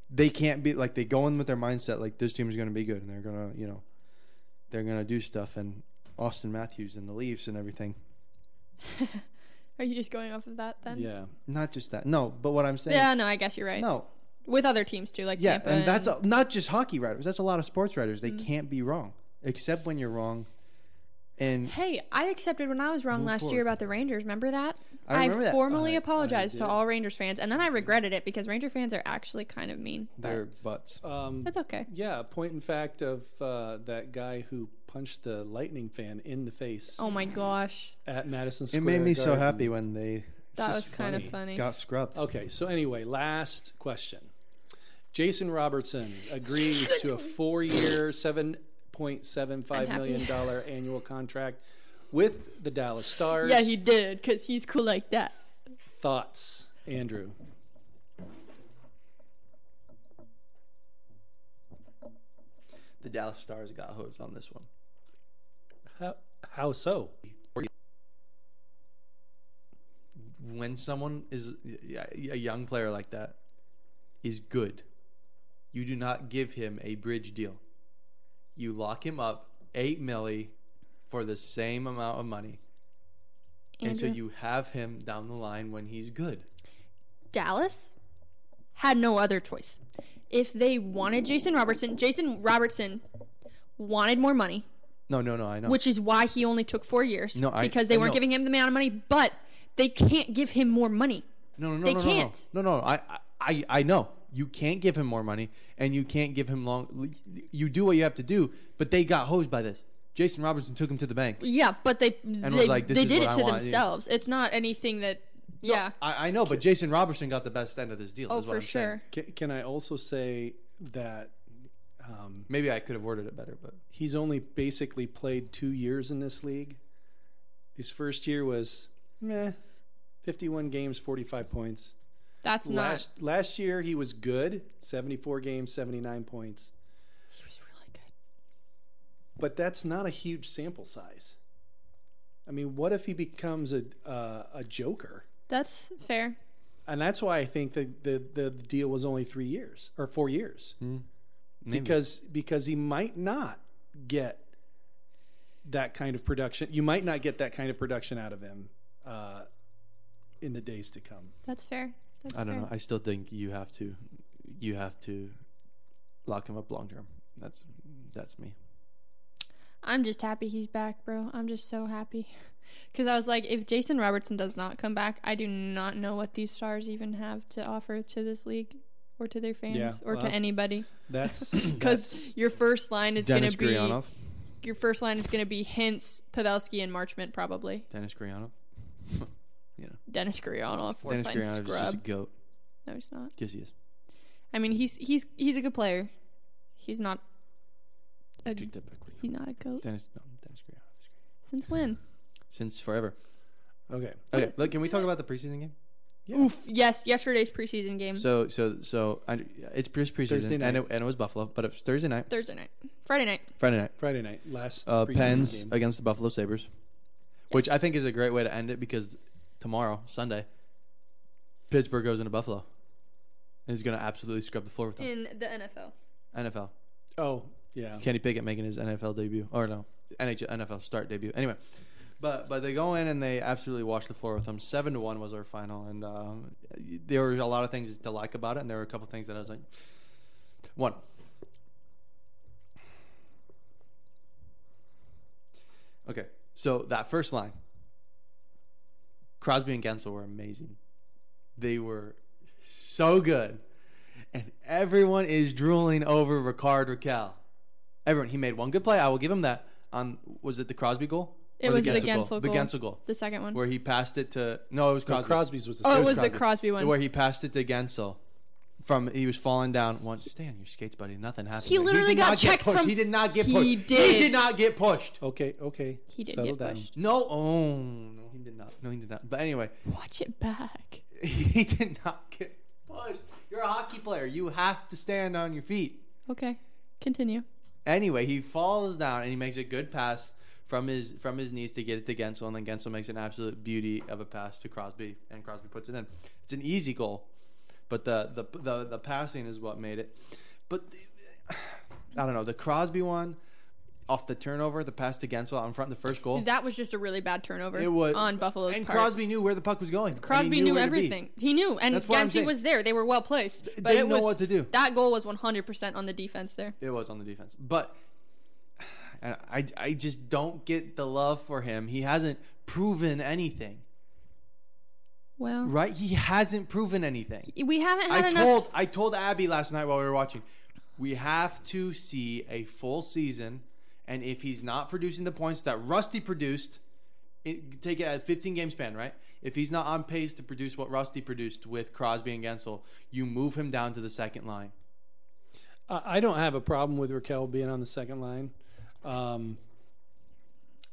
[SPEAKER 1] they can't be like they go in with their mindset like this team is going to be good and they're going to, you know, they're going to do stuff. And Austin Matthews and the Leafs and everything.
[SPEAKER 3] Are you just going off of that then?
[SPEAKER 2] yeah,
[SPEAKER 1] Not just that. No, but what I'm saying.
[SPEAKER 3] Yeah, no, I guess you're right.
[SPEAKER 1] No,
[SPEAKER 3] With other teams too, like
[SPEAKER 1] Yeah,
[SPEAKER 3] Tampa
[SPEAKER 1] and that's a, not just hockey writers. That's a lot of sports writers. They can't be wrong, except when you're wrong. And
[SPEAKER 3] Hey, I accepted when I was wrong
[SPEAKER 1] Move
[SPEAKER 3] last
[SPEAKER 1] forward.
[SPEAKER 3] year about the Rangers. Remember that?
[SPEAKER 1] I remember that.
[SPEAKER 3] formally
[SPEAKER 2] I- I
[SPEAKER 3] apologized to
[SPEAKER 2] did.
[SPEAKER 3] all Rangers fans, and then I regretted it because Ranger fans are actually kind of mean. but
[SPEAKER 1] their butts.
[SPEAKER 2] um,
[SPEAKER 3] that's okay.
[SPEAKER 2] yeah. Point in fact of uh, that guy who punched the lightning fan in the face
[SPEAKER 3] Oh my gosh,
[SPEAKER 2] at Madison Square.
[SPEAKER 1] It made me so
[SPEAKER 2] Garden.
[SPEAKER 1] happy when they
[SPEAKER 2] It's
[SPEAKER 3] that was
[SPEAKER 2] just
[SPEAKER 3] kind of funny.
[SPEAKER 1] got scrubbed.
[SPEAKER 2] Okay, so anyway, last question. Jason Robertson agrees to a four-year, seven point seven five
[SPEAKER 3] I'm
[SPEAKER 2] million dollar annual contract with the Dallas Stars.
[SPEAKER 3] Yeah, he did because he's cool like that.
[SPEAKER 2] thoughts, Andrew.
[SPEAKER 1] the Dallas Stars got hosed on this one.
[SPEAKER 2] How, how so?
[SPEAKER 1] When someone is a young player like that is good, you do not give him a bridge deal. You lock him up eight milli for the same amount of money, and so
[SPEAKER 3] Andrew.
[SPEAKER 1] you have him down the line when he's good.
[SPEAKER 3] Dallas had no other choice. If they wanted Jason Robertson, Jason Robertson wanted more money,
[SPEAKER 1] No, no, no. I know.
[SPEAKER 3] which is why he only took four years
[SPEAKER 1] No, I-
[SPEAKER 3] because they
[SPEAKER 1] I
[SPEAKER 3] weren't
[SPEAKER 1] know.
[SPEAKER 3] giving him the amount of money, but they can't give him more money.
[SPEAKER 1] No, no, no,
[SPEAKER 3] They
[SPEAKER 1] no, no,
[SPEAKER 3] can't.
[SPEAKER 1] No, no, no. I, I, I know. You can't give him more money, and you can't give him long. You do what you have to do, but they got hosed by this. Jason Robertson took him to the bank.
[SPEAKER 3] Yeah, but they
[SPEAKER 1] was
[SPEAKER 3] they,
[SPEAKER 1] like, "This
[SPEAKER 3] they
[SPEAKER 1] is
[SPEAKER 3] did
[SPEAKER 1] what
[SPEAKER 3] it
[SPEAKER 1] I
[SPEAKER 3] to
[SPEAKER 1] want," yeah.
[SPEAKER 3] themselves. It's not anything that yeah.
[SPEAKER 1] I, I know, but Jason Robertson got the best end of this deal.
[SPEAKER 3] oh,
[SPEAKER 1] is what
[SPEAKER 3] for
[SPEAKER 1] I'm saying.
[SPEAKER 3] sure.
[SPEAKER 2] Can, can I also say that um,
[SPEAKER 1] Maybe I could have worded it better, but
[SPEAKER 2] he's only basically played two years in this league? His first year was meh, 51 games, 45 points.
[SPEAKER 3] That's not.
[SPEAKER 2] last last year he was good, 74 games, 79 points.
[SPEAKER 3] He was really good.
[SPEAKER 2] But that's not a huge sample size. I mean, what if he becomes a uh, a joker?
[SPEAKER 3] That's fair.
[SPEAKER 2] And that's why I think that the, the the deal was only 3 years or 4 years.
[SPEAKER 1] Hmm. maybe.
[SPEAKER 2] because because he might not get that kind of production. You might not get that kind of production out of him uh, in the days to come.
[SPEAKER 3] That's fair. That's
[SPEAKER 1] I don't
[SPEAKER 3] fair.
[SPEAKER 1] know. I still think you have to, you have to, lock him up long term. That's that's me.
[SPEAKER 3] I'm just happy he's back, bro. I'm just so happy. Because I was like, if Jason Robertson does not come back, I do not know what these stars even have to offer to this league or to their fans
[SPEAKER 2] Yeah,
[SPEAKER 3] or
[SPEAKER 2] well,
[SPEAKER 3] to
[SPEAKER 2] that's-
[SPEAKER 3] anybody.
[SPEAKER 2] That's
[SPEAKER 3] Because your first line is going
[SPEAKER 1] Dennis
[SPEAKER 3] to be
[SPEAKER 1] Gurianov.
[SPEAKER 3] your first line is going to be hints Pavelski and Marchment probably
[SPEAKER 1] Dennis Gurianov. you know,
[SPEAKER 3] Dennis Gurianov fourth
[SPEAKER 1] Dennis
[SPEAKER 3] line
[SPEAKER 1] Gurianov is
[SPEAKER 3] scrub.
[SPEAKER 1] just a goat.
[SPEAKER 3] No, he's not.
[SPEAKER 1] Yes, he is.
[SPEAKER 3] I mean, he's he's he's a good player. He's not. A,
[SPEAKER 1] Take that back. please.
[SPEAKER 3] he's not a goat.
[SPEAKER 1] Dennis, no, Dennis Gurianov. is great.
[SPEAKER 3] Since when?
[SPEAKER 1] Since forever.
[SPEAKER 2] okay.
[SPEAKER 1] Okay, look, can we talk about the preseason game?
[SPEAKER 2] Yeah.
[SPEAKER 3] Oof. Yes, yesterday's preseason game.
[SPEAKER 1] So, so, so I, it's just preseason,
[SPEAKER 2] Thursday
[SPEAKER 1] and
[SPEAKER 2] night.
[SPEAKER 1] it, and it was Buffalo, but it was Thursday night,
[SPEAKER 3] Thursday night, Friday night.
[SPEAKER 1] Friday night.
[SPEAKER 2] Friday night last
[SPEAKER 1] Uh,
[SPEAKER 2] preseason
[SPEAKER 1] Pens
[SPEAKER 2] game.
[SPEAKER 1] against the Buffalo Sabers, which
[SPEAKER 3] Yes.
[SPEAKER 1] I think is a great way to end it because tomorrow, Sunday, Pittsburgh goes into Buffalo, and is going to absolutely scrub the floor with them.
[SPEAKER 3] in the NFL.
[SPEAKER 1] NFL.
[SPEAKER 2] Oh yeah.
[SPEAKER 1] Kenny Pickett making his NFL debut, or no, NHL NFL start debut. Anyway, but but they go in and they absolutely wash the floor with them. Seven to one was our final, and um, there were a lot of things to like about it, and there were a couple things that I was like, one. Okay, so that first line, Crosby and Gensel were amazing. They were so good. And everyone is drooling over Ricard Raquel. Everyone, he made one good play. I will give him that. On was it the Crosby goal?
[SPEAKER 3] It
[SPEAKER 1] Or
[SPEAKER 3] was the Gensel
[SPEAKER 1] The
[SPEAKER 3] goal.
[SPEAKER 1] Gensel goal,
[SPEAKER 3] The second one.
[SPEAKER 1] where he passed it to no, it was
[SPEAKER 2] No,
[SPEAKER 1] Crosby.
[SPEAKER 2] Crosby's was the
[SPEAKER 3] oh, it
[SPEAKER 2] second.
[SPEAKER 3] was the Crosby one.
[SPEAKER 1] Where he passed it to Gensel. From he was falling down once. Stay on your skates, buddy. Nothing happened.
[SPEAKER 3] He
[SPEAKER 1] there.
[SPEAKER 3] literally
[SPEAKER 1] did
[SPEAKER 3] got
[SPEAKER 1] not get
[SPEAKER 3] checked
[SPEAKER 1] pushed.
[SPEAKER 3] from-
[SPEAKER 1] He did not get
[SPEAKER 3] He
[SPEAKER 1] pushed. He
[SPEAKER 3] did.
[SPEAKER 1] did not get pushed.
[SPEAKER 2] Okay, okay.
[SPEAKER 3] He did
[SPEAKER 2] Settle
[SPEAKER 3] get
[SPEAKER 2] down.
[SPEAKER 3] pushed.
[SPEAKER 1] No, oh no, he did not. No, he did not. But anyway,
[SPEAKER 3] Watch it back.
[SPEAKER 1] he did not get pushed. You're a hockey player. You have to stand on your feet.
[SPEAKER 3] Okay, continue.
[SPEAKER 1] Anyway, he falls down and he makes a good pass from his from his knees to get it to Gensel, and then Gensel makes an absolute beauty of a pass to Crosby, and Crosby puts it in. It's an easy goal, but the the the, the passing is what made it. But I don't know the Crosby one off the turnover, the pass to Gensel out in front, the first goal.
[SPEAKER 3] Oh. That was just a really bad turnover.
[SPEAKER 1] it was
[SPEAKER 3] on Buffalo's
[SPEAKER 1] and
[SPEAKER 3] part.
[SPEAKER 1] Crosby knew where the puck was going. and he
[SPEAKER 3] Crosby knew,
[SPEAKER 1] where to be.
[SPEAKER 3] everything. He knew, and
[SPEAKER 1] That's what I'm
[SPEAKER 3] Gensy
[SPEAKER 1] saying.
[SPEAKER 3] was there. They were well placed, but
[SPEAKER 1] they
[SPEAKER 3] it
[SPEAKER 1] know
[SPEAKER 3] was
[SPEAKER 1] what to do.
[SPEAKER 3] that goal was 100 percent on the defense there.
[SPEAKER 1] It was on the defense, but and I I just don't get the love for him. He hasn't proven anything,
[SPEAKER 3] Well,
[SPEAKER 1] right? He hasn't proven anything.
[SPEAKER 3] we haven't had
[SPEAKER 1] I
[SPEAKER 3] enough.
[SPEAKER 1] told I told Abby last night while we were watching, we have to see a full season, and if he's not producing the points that Rusty produced, it, take it at 15 game span, right? If he's not on pace to produce what Rusty produced with Crosby and Gensel, you move him down to the second line.
[SPEAKER 2] I I don't have a problem with Raquel being on the second line. Um,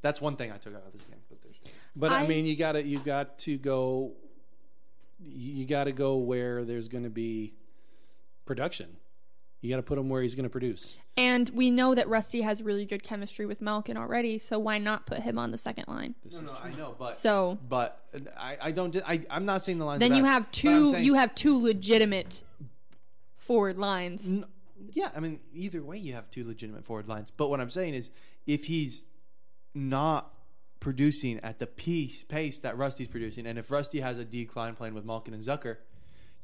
[SPEAKER 1] That's one thing I took out of this game. But there's
[SPEAKER 2] But I,
[SPEAKER 3] I-
[SPEAKER 2] mean, you got to you got to go. You got to go where there's going to be production. You got to put him where he's going to produce.
[SPEAKER 3] And we know that Rusty has really good chemistry with Malkin already, so why not put him on the second line?
[SPEAKER 2] This
[SPEAKER 1] No,
[SPEAKER 2] is
[SPEAKER 1] no,
[SPEAKER 2] true.
[SPEAKER 1] I know, but
[SPEAKER 3] So
[SPEAKER 1] but I, I don't I I'm not saying the lines.
[SPEAKER 3] then
[SPEAKER 1] are
[SPEAKER 3] you
[SPEAKER 1] bad,
[SPEAKER 3] have
[SPEAKER 1] but I'm
[SPEAKER 3] two
[SPEAKER 1] saying-
[SPEAKER 3] you have two legitimate forward lines.
[SPEAKER 1] N- yeah, I mean, either way, you have two legitimate forward lines. But what I'm saying is, if he's not producing at the piece, pace that Rusty's producing, and if Rusty has a decline playing with Malkin and Zucker,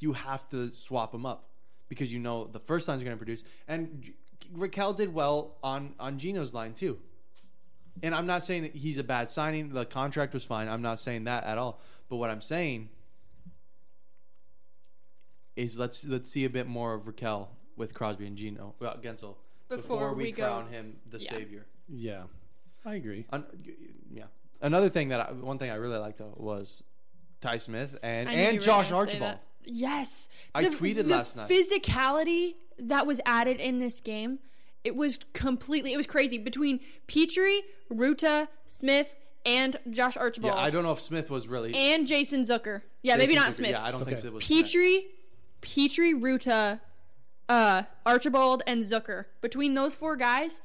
[SPEAKER 1] you have to swap them up because you know the first line's going to produce. And G- Raquel did well on on Gino's line too. And I'm not saying that he's a bad signing. The contract was fine. I'm not saying that at all. But what I'm saying is let's let's see a bit more of Raquel with Crosby and Gino well, Gensel
[SPEAKER 3] Before we go-
[SPEAKER 1] crown him the
[SPEAKER 3] Yeah.
[SPEAKER 1] savior.
[SPEAKER 2] Yeah, I agree.
[SPEAKER 1] Un- yeah. Another thing that I, one thing I really liked though was Ty Smith and
[SPEAKER 3] I knew you
[SPEAKER 1] and
[SPEAKER 3] were
[SPEAKER 1] Josh
[SPEAKER 3] gonna say
[SPEAKER 1] Archibald.
[SPEAKER 3] that. Yes.
[SPEAKER 1] I tweeted last night.
[SPEAKER 3] Physicality that was added in this game, it was completely it was crazy. Between Petrie, Ruta, Smith, and Josh Archibald
[SPEAKER 1] Yeah, I don't know if Smith was really.
[SPEAKER 3] and Jason Zucker. Yeah, maybe
[SPEAKER 1] Jason
[SPEAKER 3] not
[SPEAKER 1] Zucker-
[SPEAKER 3] Smith.
[SPEAKER 1] Yeah, I don't think
[SPEAKER 2] Okay.
[SPEAKER 1] Smith was. Smith.
[SPEAKER 3] Petrie, Petrie, Ruta, uh, Archibald, and Zucker. Between those four guys,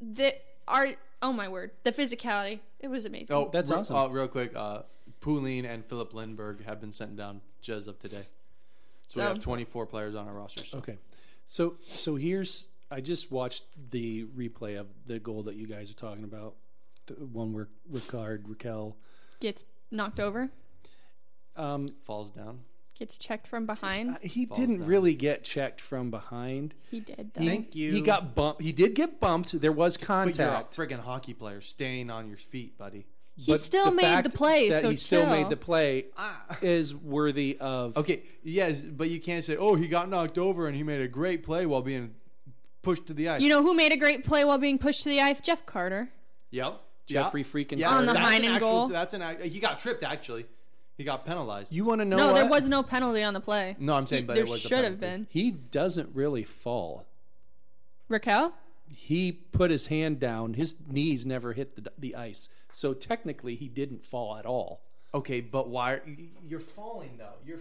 [SPEAKER 3] that are oh my word, the physicality. It was amazing.
[SPEAKER 1] Oh,
[SPEAKER 2] That's
[SPEAKER 1] re-
[SPEAKER 2] awesome.
[SPEAKER 1] Uh, real quick, uh, Poulin and Philip Lindbergh have been sent down as of today. So, we
[SPEAKER 3] So-
[SPEAKER 1] have 24 players on our roster. So.
[SPEAKER 2] Okay, so so here's I just watched the replay of the goal that you guys are talking about, the one where Ricard Raquel.
[SPEAKER 3] Gets knocked over,
[SPEAKER 2] Um,
[SPEAKER 1] Falls down.
[SPEAKER 3] gets checked from behind.
[SPEAKER 2] he
[SPEAKER 1] Falls
[SPEAKER 2] didn't
[SPEAKER 1] down.
[SPEAKER 2] really get checked from behind.
[SPEAKER 3] He did though.
[SPEAKER 2] He-
[SPEAKER 1] Thank you.
[SPEAKER 2] He got bumped. He did get bumped. There was
[SPEAKER 1] But you're a
[SPEAKER 2] contact.
[SPEAKER 1] friggin' hockey player staying on your feet, buddy.
[SPEAKER 3] He
[SPEAKER 2] But
[SPEAKER 3] still made the
[SPEAKER 2] fact
[SPEAKER 3] play,
[SPEAKER 2] That
[SPEAKER 3] so
[SPEAKER 2] he still
[SPEAKER 3] chill.
[SPEAKER 2] made the play
[SPEAKER 1] Ah.
[SPEAKER 2] is worthy of.
[SPEAKER 1] Okay, yes, but you can't say, "Oh, he got knocked over and he made a great play while being pushed to the ice."
[SPEAKER 3] You know who made a great play while being pushed to the ice? Jeff Carter.
[SPEAKER 1] yep,
[SPEAKER 2] Jeffrey
[SPEAKER 1] yep.
[SPEAKER 2] freaking
[SPEAKER 1] Yeah,
[SPEAKER 3] On the
[SPEAKER 1] that's an
[SPEAKER 3] Heinen
[SPEAKER 1] actual-
[SPEAKER 3] goal.
[SPEAKER 1] That's an act- he got tripped actually. He got penalized.
[SPEAKER 2] You want to know?
[SPEAKER 3] no, there
[SPEAKER 2] what?
[SPEAKER 3] was no penalty on the play.
[SPEAKER 1] no, I'm saying, but
[SPEAKER 3] there
[SPEAKER 1] it was a
[SPEAKER 3] should have
[SPEAKER 1] penalty.
[SPEAKER 3] been.
[SPEAKER 2] He doesn't really fall.
[SPEAKER 3] Raquel.
[SPEAKER 2] He put his hand down. His knees never hit the, the ice, so technically he didn't fall at all.
[SPEAKER 1] Okay, but why? You're falling though. You're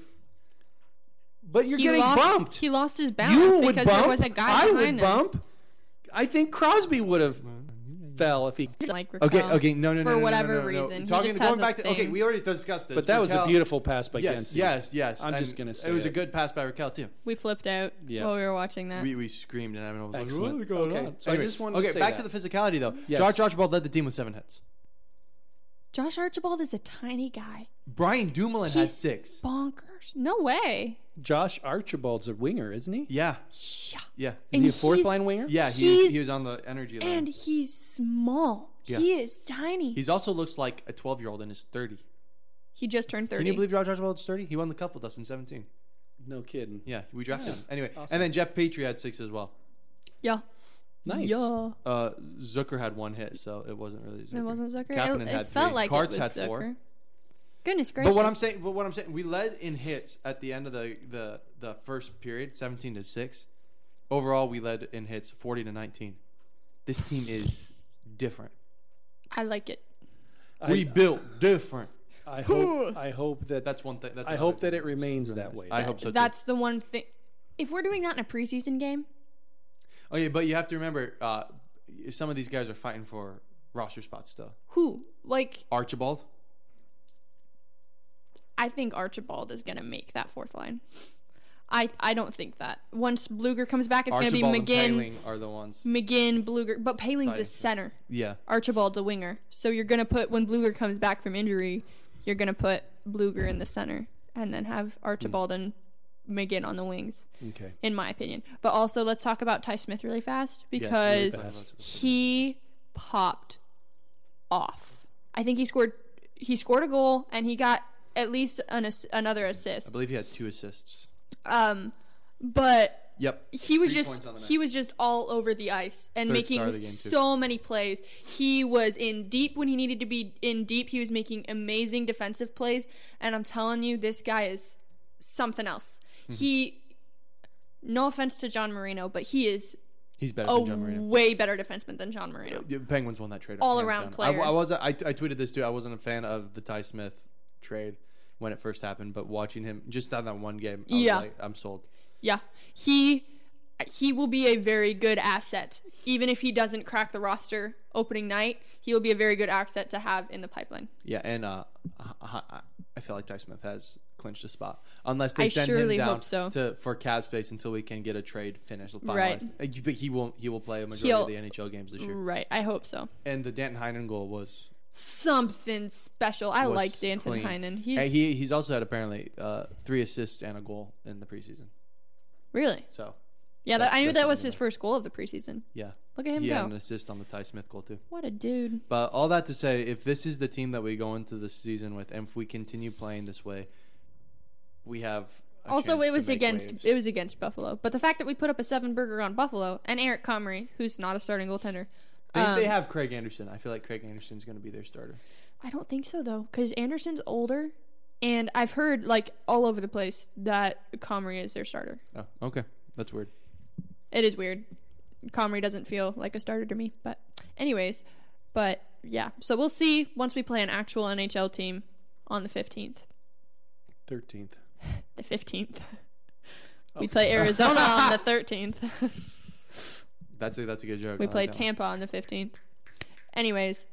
[SPEAKER 2] But you're getting
[SPEAKER 3] lost,
[SPEAKER 2] bumped.
[SPEAKER 3] He lost his balance
[SPEAKER 2] you would
[SPEAKER 3] because
[SPEAKER 2] bump.
[SPEAKER 3] there was a guy
[SPEAKER 2] I
[SPEAKER 3] behind
[SPEAKER 2] would
[SPEAKER 3] him.
[SPEAKER 2] bump. I think Crosby would have fell if he.
[SPEAKER 3] Like
[SPEAKER 1] okay.
[SPEAKER 3] Raquel,
[SPEAKER 1] Okay, no, no, no,
[SPEAKER 3] for
[SPEAKER 1] no, no,
[SPEAKER 3] whatever
[SPEAKER 1] no, no, no.
[SPEAKER 3] reason. He
[SPEAKER 1] Talking
[SPEAKER 3] just
[SPEAKER 1] going
[SPEAKER 3] has a
[SPEAKER 1] back to okay,
[SPEAKER 3] thing.
[SPEAKER 1] we already discussed this.
[SPEAKER 2] But that was a
[SPEAKER 1] Raquel-
[SPEAKER 2] beautiful pass by
[SPEAKER 1] Yes,
[SPEAKER 2] Gensel.
[SPEAKER 1] yes, yes.
[SPEAKER 2] I'm just
[SPEAKER 1] and
[SPEAKER 2] gonna say
[SPEAKER 1] it was a
[SPEAKER 2] it.
[SPEAKER 1] good pass by Raquel too.
[SPEAKER 3] We flipped out
[SPEAKER 2] Yeah.
[SPEAKER 3] while we were watching that.
[SPEAKER 1] We, we screamed and everyone was
[SPEAKER 2] Excellent.
[SPEAKER 1] like, "What is going
[SPEAKER 2] Okay,
[SPEAKER 1] on?"
[SPEAKER 2] so I just wanted to
[SPEAKER 1] okay,
[SPEAKER 2] say
[SPEAKER 1] back
[SPEAKER 2] that.
[SPEAKER 1] to the physicality though.
[SPEAKER 2] Yes.
[SPEAKER 1] Josh Archibald led the team with seven hits.
[SPEAKER 3] Josh Archibald is a tiny guy.
[SPEAKER 1] Brian Dumoulin had
[SPEAKER 3] He's
[SPEAKER 1] six.
[SPEAKER 3] Bonkers. No way.
[SPEAKER 2] Josh Archibald's a winger, isn't he?
[SPEAKER 1] Yeah,
[SPEAKER 3] Yeah.
[SPEAKER 1] yeah,
[SPEAKER 2] Is he a
[SPEAKER 3] And
[SPEAKER 2] fourth
[SPEAKER 3] he's-
[SPEAKER 2] line winger?
[SPEAKER 1] yeah. He was,
[SPEAKER 3] He's-
[SPEAKER 1] he was on the energy
[SPEAKER 3] And
[SPEAKER 1] line.
[SPEAKER 3] he's small.
[SPEAKER 1] Yeah.
[SPEAKER 3] He is tiny.
[SPEAKER 1] He's also looks like a twelve year old and is thirty.
[SPEAKER 3] he just turned 30.
[SPEAKER 1] Can you believe Josh Archibald's thirty? He won the cup with us in seventeen.
[SPEAKER 2] No kidding.
[SPEAKER 1] Yeah, we drafted him anyway.
[SPEAKER 2] Awesome.
[SPEAKER 1] And then Jeff Petrie had six as well.
[SPEAKER 3] Yeah.
[SPEAKER 2] Nice.
[SPEAKER 3] Yeah.
[SPEAKER 1] Uh, Zucker had one hit, so it wasn't really Zucker.
[SPEAKER 3] It wasn't Zucker.
[SPEAKER 1] Kapanen
[SPEAKER 3] It, it
[SPEAKER 1] had
[SPEAKER 3] felt
[SPEAKER 1] three.
[SPEAKER 3] like
[SPEAKER 1] Karts
[SPEAKER 3] it was
[SPEAKER 1] had
[SPEAKER 3] Zucker.
[SPEAKER 1] four.
[SPEAKER 3] Goodness gracious.
[SPEAKER 1] But what I'm saying, but what I'm saying, we led in hits at the end of the the, the first period, seventeen to six. Overall, we led in hits, forty to nineteen. This team is different.
[SPEAKER 3] I like it.
[SPEAKER 2] I-
[SPEAKER 1] we built different.
[SPEAKER 2] I hope. I hope that.
[SPEAKER 1] That's one thing. That's
[SPEAKER 2] I
[SPEAKER 1] another
[SPEAKER 2] hope that
[SPEAKER 1] thing.
[SPEAKER 2] it remains
[SPEAKER 1] Really
[SPEAKER 2] that
[SPEAKER 1] nice.
[SPEAKER 2] way.
[SPEAKER 1] I hope so. That's
[SPEAKER 3] That's the one thing. If we're doing that in a preseason game,
[SPEAKER 1] too. okay, Oh, but you have to remember, uh, some of these guys are fighting for roster spots still.
[SPEAKER 3] who? Like,
[SPEAKER 1] Archibald,
[SPEAKER 3] I think Archibald is going to make that fourth line. I, I don't think that. Once Bluger comes back, it's going to be
[SPEAKER 1] Archibald and
[SPEAKER 3] McGinn,
[SPEAKER 1] Paling are the ones.
[SPEAKER 3] McGinn, Bluger. But Paling's
[SPEAKER 1] Fighting.
[SPEAKER 3] the center.
[SPEAKER 1] Yeah,
[SPEAKER 3] Archibald's a winger. So you're going to put, when Bluger comes back from injury, you're going to put Bluger in the center and then have Archibald and McGinn on the wings,
[SPEAKER 2] Okay.
[SPEAKER 3] in my opinion. But also, let's talk about Ty Smith really fast
[SPEAKER 1] Yes,
[SPEAKER 3] because
[SPEAKER 1] really fast.
[SPEAKER 3] he popped off. I think he scored, he scored a goal and he got at least an ass- another
[SPEAKER 1] I
[SPEAKER 3] assist.
[SPEAKER 1] believe he had two assists.
[SPEAKER 3] Um, but
[SPEAKER 1] Yep.
[SPEAKER 3] he was
[SPEAKER 1] Three
[SPEAKER 3] just
[SPEAKER 1] points on the night.
[SPEAKER 3] he was just all over the ice and
[SPEAKER 1] Third star
[SPEAKER 3] making
[SPEAKER 1] of the game, too.
[SPEAKER 3] so many plays. He was in deep when he needed to be in deep. He was making amazing defensive plays, and I'm telling you, this guy is something else.
[SPEAKER 1] Mm-hmm.
[SPEAKER 3] He, no offense to John Marino, but he is
[SPEAKER 1] He's better
[SPEAKER 3] a
[SPEAKER 1] than John Marino.
[SPEAKER 3] way better defenseman than John Marino.
[SPEAKER 1] The Penguins won that trade.
[SPEAKER 3] All
[SPEAKER 1] hands
[SPEAKER 3] around
[SPEAKER 1] down. I-
[SPEAKER 3] player.
[SPEAKER 1] I, was. I, I tweeted this too. I wasn't a fan of the Ty Smith trade when it first happened, but watching him just on that one game, I was
[SPEAKER 3] Yeah.
[SPEAKER 1] like, I'm sold.
[SPEAKER 3] Yeah, he he will be a very good asset. Even if he doesn't crack the roster opening night, he will be a very good asset to have in the pipeline.
[SPEAKER 1] Yeah, and uh, I- I I feel like Ty Smith has clinched a spot unless they
[SPEAKER 3] I
[SPEAKER 1] send
[SPEAKER 3] surely
[SPEAKER 1] him down
[SPEAKER 3] hope so.
[SPEAKER 1] to for cap space until we can get a trade finished. Finalized.
[SPEAKER 3] Right.
[SPEAKER 1] Uh, you- But he won't. He will play a majority
[SPEAKER 3] He'll-
[SPEAKER 1] of the NHL games this year.
[SPEAKER 3] Right. I hope so.
[SPEAKER 1] And the Danton Heinen goal was.
[SPEAKER 3] Something special. I
[SPEAKER 1] was
[SPEAKER 3] like Danton
[SPEAKER 1] clean.
[SPEAKER 3] Heinen.
[SPEAKER 1] And
[SPEAKER 3] He's
[SPEAKER 1] he he's also had apparently uh, three assists and a goal in the preseason.
[SPEAKER 3] really.
[SPEAKER 1] So
[SPEAKER 3] Yeah, that,
[SPEAKER 1] That's-
[SPEAKER 3] I knew
[SPEAKER 1] that's
[SPEAKER 3] that was
[SPEAKER 1] something
[SPEAKER 3] his
[SPEAKER 1] to
[SPEAKER 3] first goal of the preseason.
[SPEAKER 1] yeah,
[SPEAKER 3] Look at him
[SPEAKER 1] he had
[SPEAKER 3] go.
[SPEAKER 1] an assist on the Ty Smith goal too.
[SPEAKER 3] What a dude.
[SPEAKER 1] But all that to say, if this is the team that we go into the season with, and if we continue playing this way, we have. a
[SPEAKER 3] also,
[SPEAKER 1] chance
[SPEAKER 3] it
[SPEAKER 1] to
[SPEAKER 3] was
[SPEAKER 1] make
[SPEAKER 3] against
[SPEAKER 1] waves.
[SPEAKER 3] it was against Buffalo, but the fact that we put up a seven burger on Buffalo and Eric Comrie, who's not a starting goaltender,
[SPEAKER 1] They, they
[SPEAKER 3] um,
[SPEAKER 1] have Craig Anderson. I feel like Craig Anderson's going to be their starter.
[SPEAKER 3] I don't think so though, because Anderson's older, and I've heard like all over the place that Comrie is their starter.
[SPEAKER 1] Oh, okay, that's weird.
[SPEAKER 3] It is weird. Comrie doesn't feel like a starter to me, but anyways, but yeah. So we'll see once we play an actual NHL team on the fifteenth.
[SPEAKER 2] Thirteenth.
[SPEAKER 3] The fifteenth. We play Arizona on the thirteenth.
[SPEAKER 1] That's a that's a good joke.
[SPEAKER 3] We
[SPEAKER 1] I like
[SPEAKER 3] play
[SPEAKER 1] that one.
[SPEAKER 3] Tampa on the 15th. Anyways,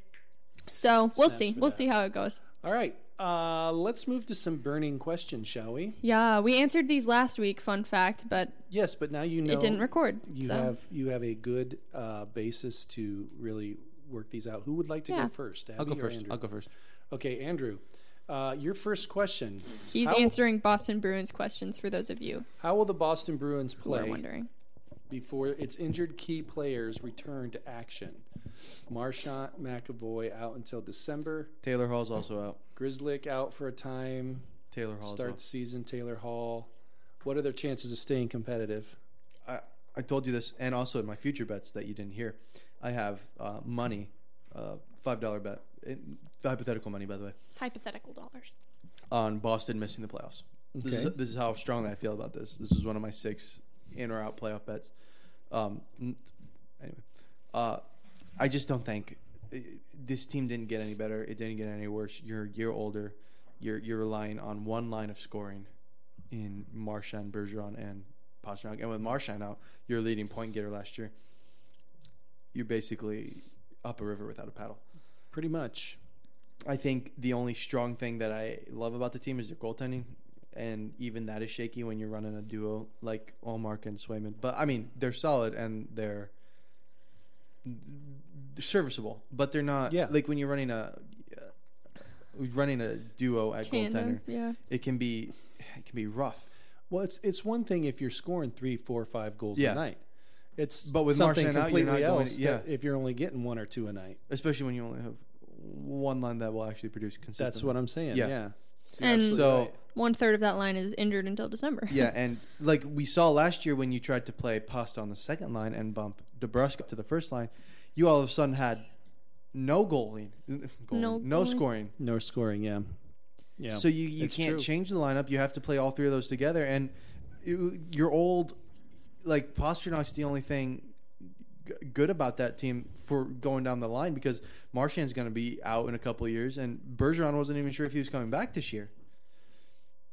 [SPEAKER 3] so we'll
[SPEAKER 2] Snaps
[SPEAKER 3] see.
[SPEAKER 2] for
[SPEAKER 3] We'll
[SPEAKER 2] that.
[SPEAKER 3] see how it goes.
[SPEAKER 2] All right. Uh, let's move to some burning questions, shall we?
[SPEAKER 3] Yeah, we answered these last week, fun fact, but
[SPEAKER 2] Yes, but now you know
[SPEAKER 3] it didn't record.
[SPEAKER 2] You
[SPEAKER 3] so
[SPEAKER 2] have you have a good uh, basis to really work these out. Who would like to go
[SPEAKER 3] Yeah.
[SPEAKER 2] first?
[SPEAKER 1] I'll go
[SPEAKER 2] Abby or
[SPEAKER 1] first.
[SPEAKER 2] Andrew?
[SPEAKER 1] I'll go first.
[SPEAKER 2] Okay, Andrew. Uh, your first question:
[SPEAKER 3] he's
[SPEAKER 2] How-
[SPEAKER 3] answering Boston Bruins questions for those of you
[SPEAKER 2] How will the Boston Bruins
[SPEAKER 3] who are
[SPEAKER 2] play
[SPEAKER 3] wondering.
[SPEAKER 2] before its injured key players return to action? Marchant, McAvoy out until December.
[SPEAKER 1] Taylor Hall's also out.
[SPEAKER 2] Grizzlick out for a time.
[SPEAKER 1] Taylor Hall.
[SPEAKER 2] Start season. Taylor Hall. What are their chances of staying competitive?
[SPEAKER 1] I, I told you this, and also in my future bets that you didn't hear, I have uh, money, uh, five dollar bet, it, hypothetical money by the way,
[SPEAKER 3] Hypothetical dollars.
[SPEAKER 1] on Boston missing the playoffs. This, is,
[SPEAKER 2] Okay.
[SPEAKER 1] this is how strongly I feel about this. This is one of my six in or out playoff bets. Um, n- anyway, uh, I just don't think uh, this team didn't get any better. It didn't get any worse. You're a year older. You're you're relying on one line of scoring in Marshawn, Bergeron, and Pasternak. And with Marshawn out, you're a leading point getter last year. You're basically up a river without a paddle.
[SPEAKER 2] Pretty much.
[SPEAKER 1] I think the only strong thing that I love about the team is their goaltending, and even that is shaky when you're running a duo like Allmark and Swayman. But I mean, they're solid and they're, they're serviceable, but they're not
[SPEAKER 2] Yeah.
[SPEAKER 1] like when you're running a running a duo at goaltender,
[SPEAKER 3] Tandem. Yeah.
[SPEAKER 1] it can be it can be rough.
[SPEAKER 2] Well, it's it's one thing if you're scoring three, four, five goals
[SPEAKER 1] Yeah.
[SPEAKER 2] a night. It's
[SPEAKER 1] But with
[SPEAKER 2] something
[SPEAKER 1] Marchand out, you're
[SPEAKER 2] completely
[SPEAKER 1] not going-
[SPEAKER 2] else. that if you're only getting one or two a night,
[SPEAKER 1] especially when you only have one line that will actually produce consistently.
[SPEAKER 2] that's what I'm saying.
[SPEAKER 1] Yeah.
[SPEAKER 2] Yeah. You're
[SPEAKER 3] And-
[SPEAKER 2] absolutely
[SPEAKER 1] So-
[SPEAKER 2] right.
[SPEAKER 3] One third of that line is injured until December.
[SPEAKER 1] Yeah, and like we saw last year when you tried to play Pasta on the second line and bump DeBrusque up to the first line, you all of a sudden had no goaling, goaling, no,
[SPEAKER 3] No goaling.
[SPEAKER 1] scoring.
[SPEAKER 2] no scoring. Yeah. Yeah.
[SPEAKER 1] So you, you
[SPEAKER 2] It's
[SPEAKER 1] can't
[SPEAKER 2] true.
[SPEAKER 1] change the lineup. You have to play all three of those together. And you- your old, like Pasternak's the only thing g- good about that team for going down the line because Marchand's going to be out in a couple of years, and Bergeron wasn't even sure if he was coming back this year.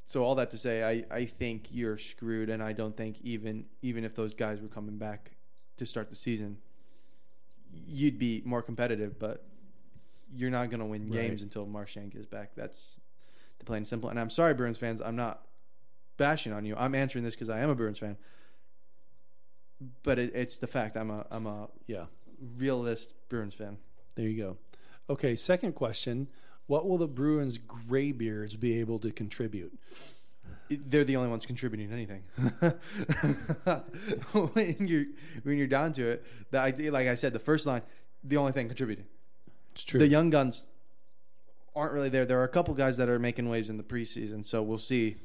[SPEAKER 1] So all that to say, I, I think you're screwed, and I don't think even even if those guys were coming back to start the season, you'd be more competitive. But you're not going to win
[SPEAKER 2] Right.
[SPEAKER 1] games until Marchand gets back. That's the plain and simple. And I'm sorry, Bruins fans, I'm not bashing on you. I'm answering this because I am a Bruins fan. But it, it's the fact I'm a I'm a
[SPEAKER 2] yeah.
[SPEAKER 1] realist Bruins fan.
[SPEAKER 2] There you go. Okay. Second question: What will the Bruins graybeards be able to contribute?
[SPEAKER 1] It- They're the only ones contributing anything. when you're when you're down to it, the idea, like I said, the first line, the only thing contributing.
[SPEAKER 2] It's true.
[SPEAKER 1] The young guns aren't really there. There are a couple guys that are making waves in the preseason, so we'll see.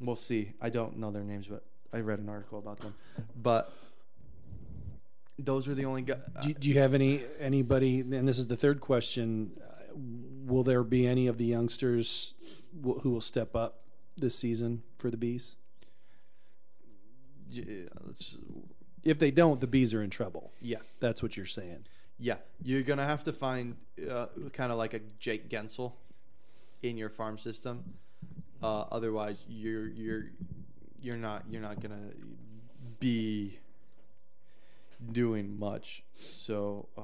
[SPEAKER 1] We'll see. I don't know their names, but I read an article about them. But those are the only guys.
[SPEAKER 2] do, do you have any anybody? And this is the third question: uh, Will there be any of the youngsters w- who will step up this season for the bees?
[SPEAKER 1] uh, let's,
[SPEAKER 2] If they don't, the bees are in trouble.
[SPEAKER 1] yeah,
[SPEAKER 2] That's what you're saying.
[SPEAKER 1] yeah. You're gonna have to find uh, kind of like a Jake Gensel in your farm system. Uh, otherwise, you're you're you're not you're not gonna be doing much. So, uh,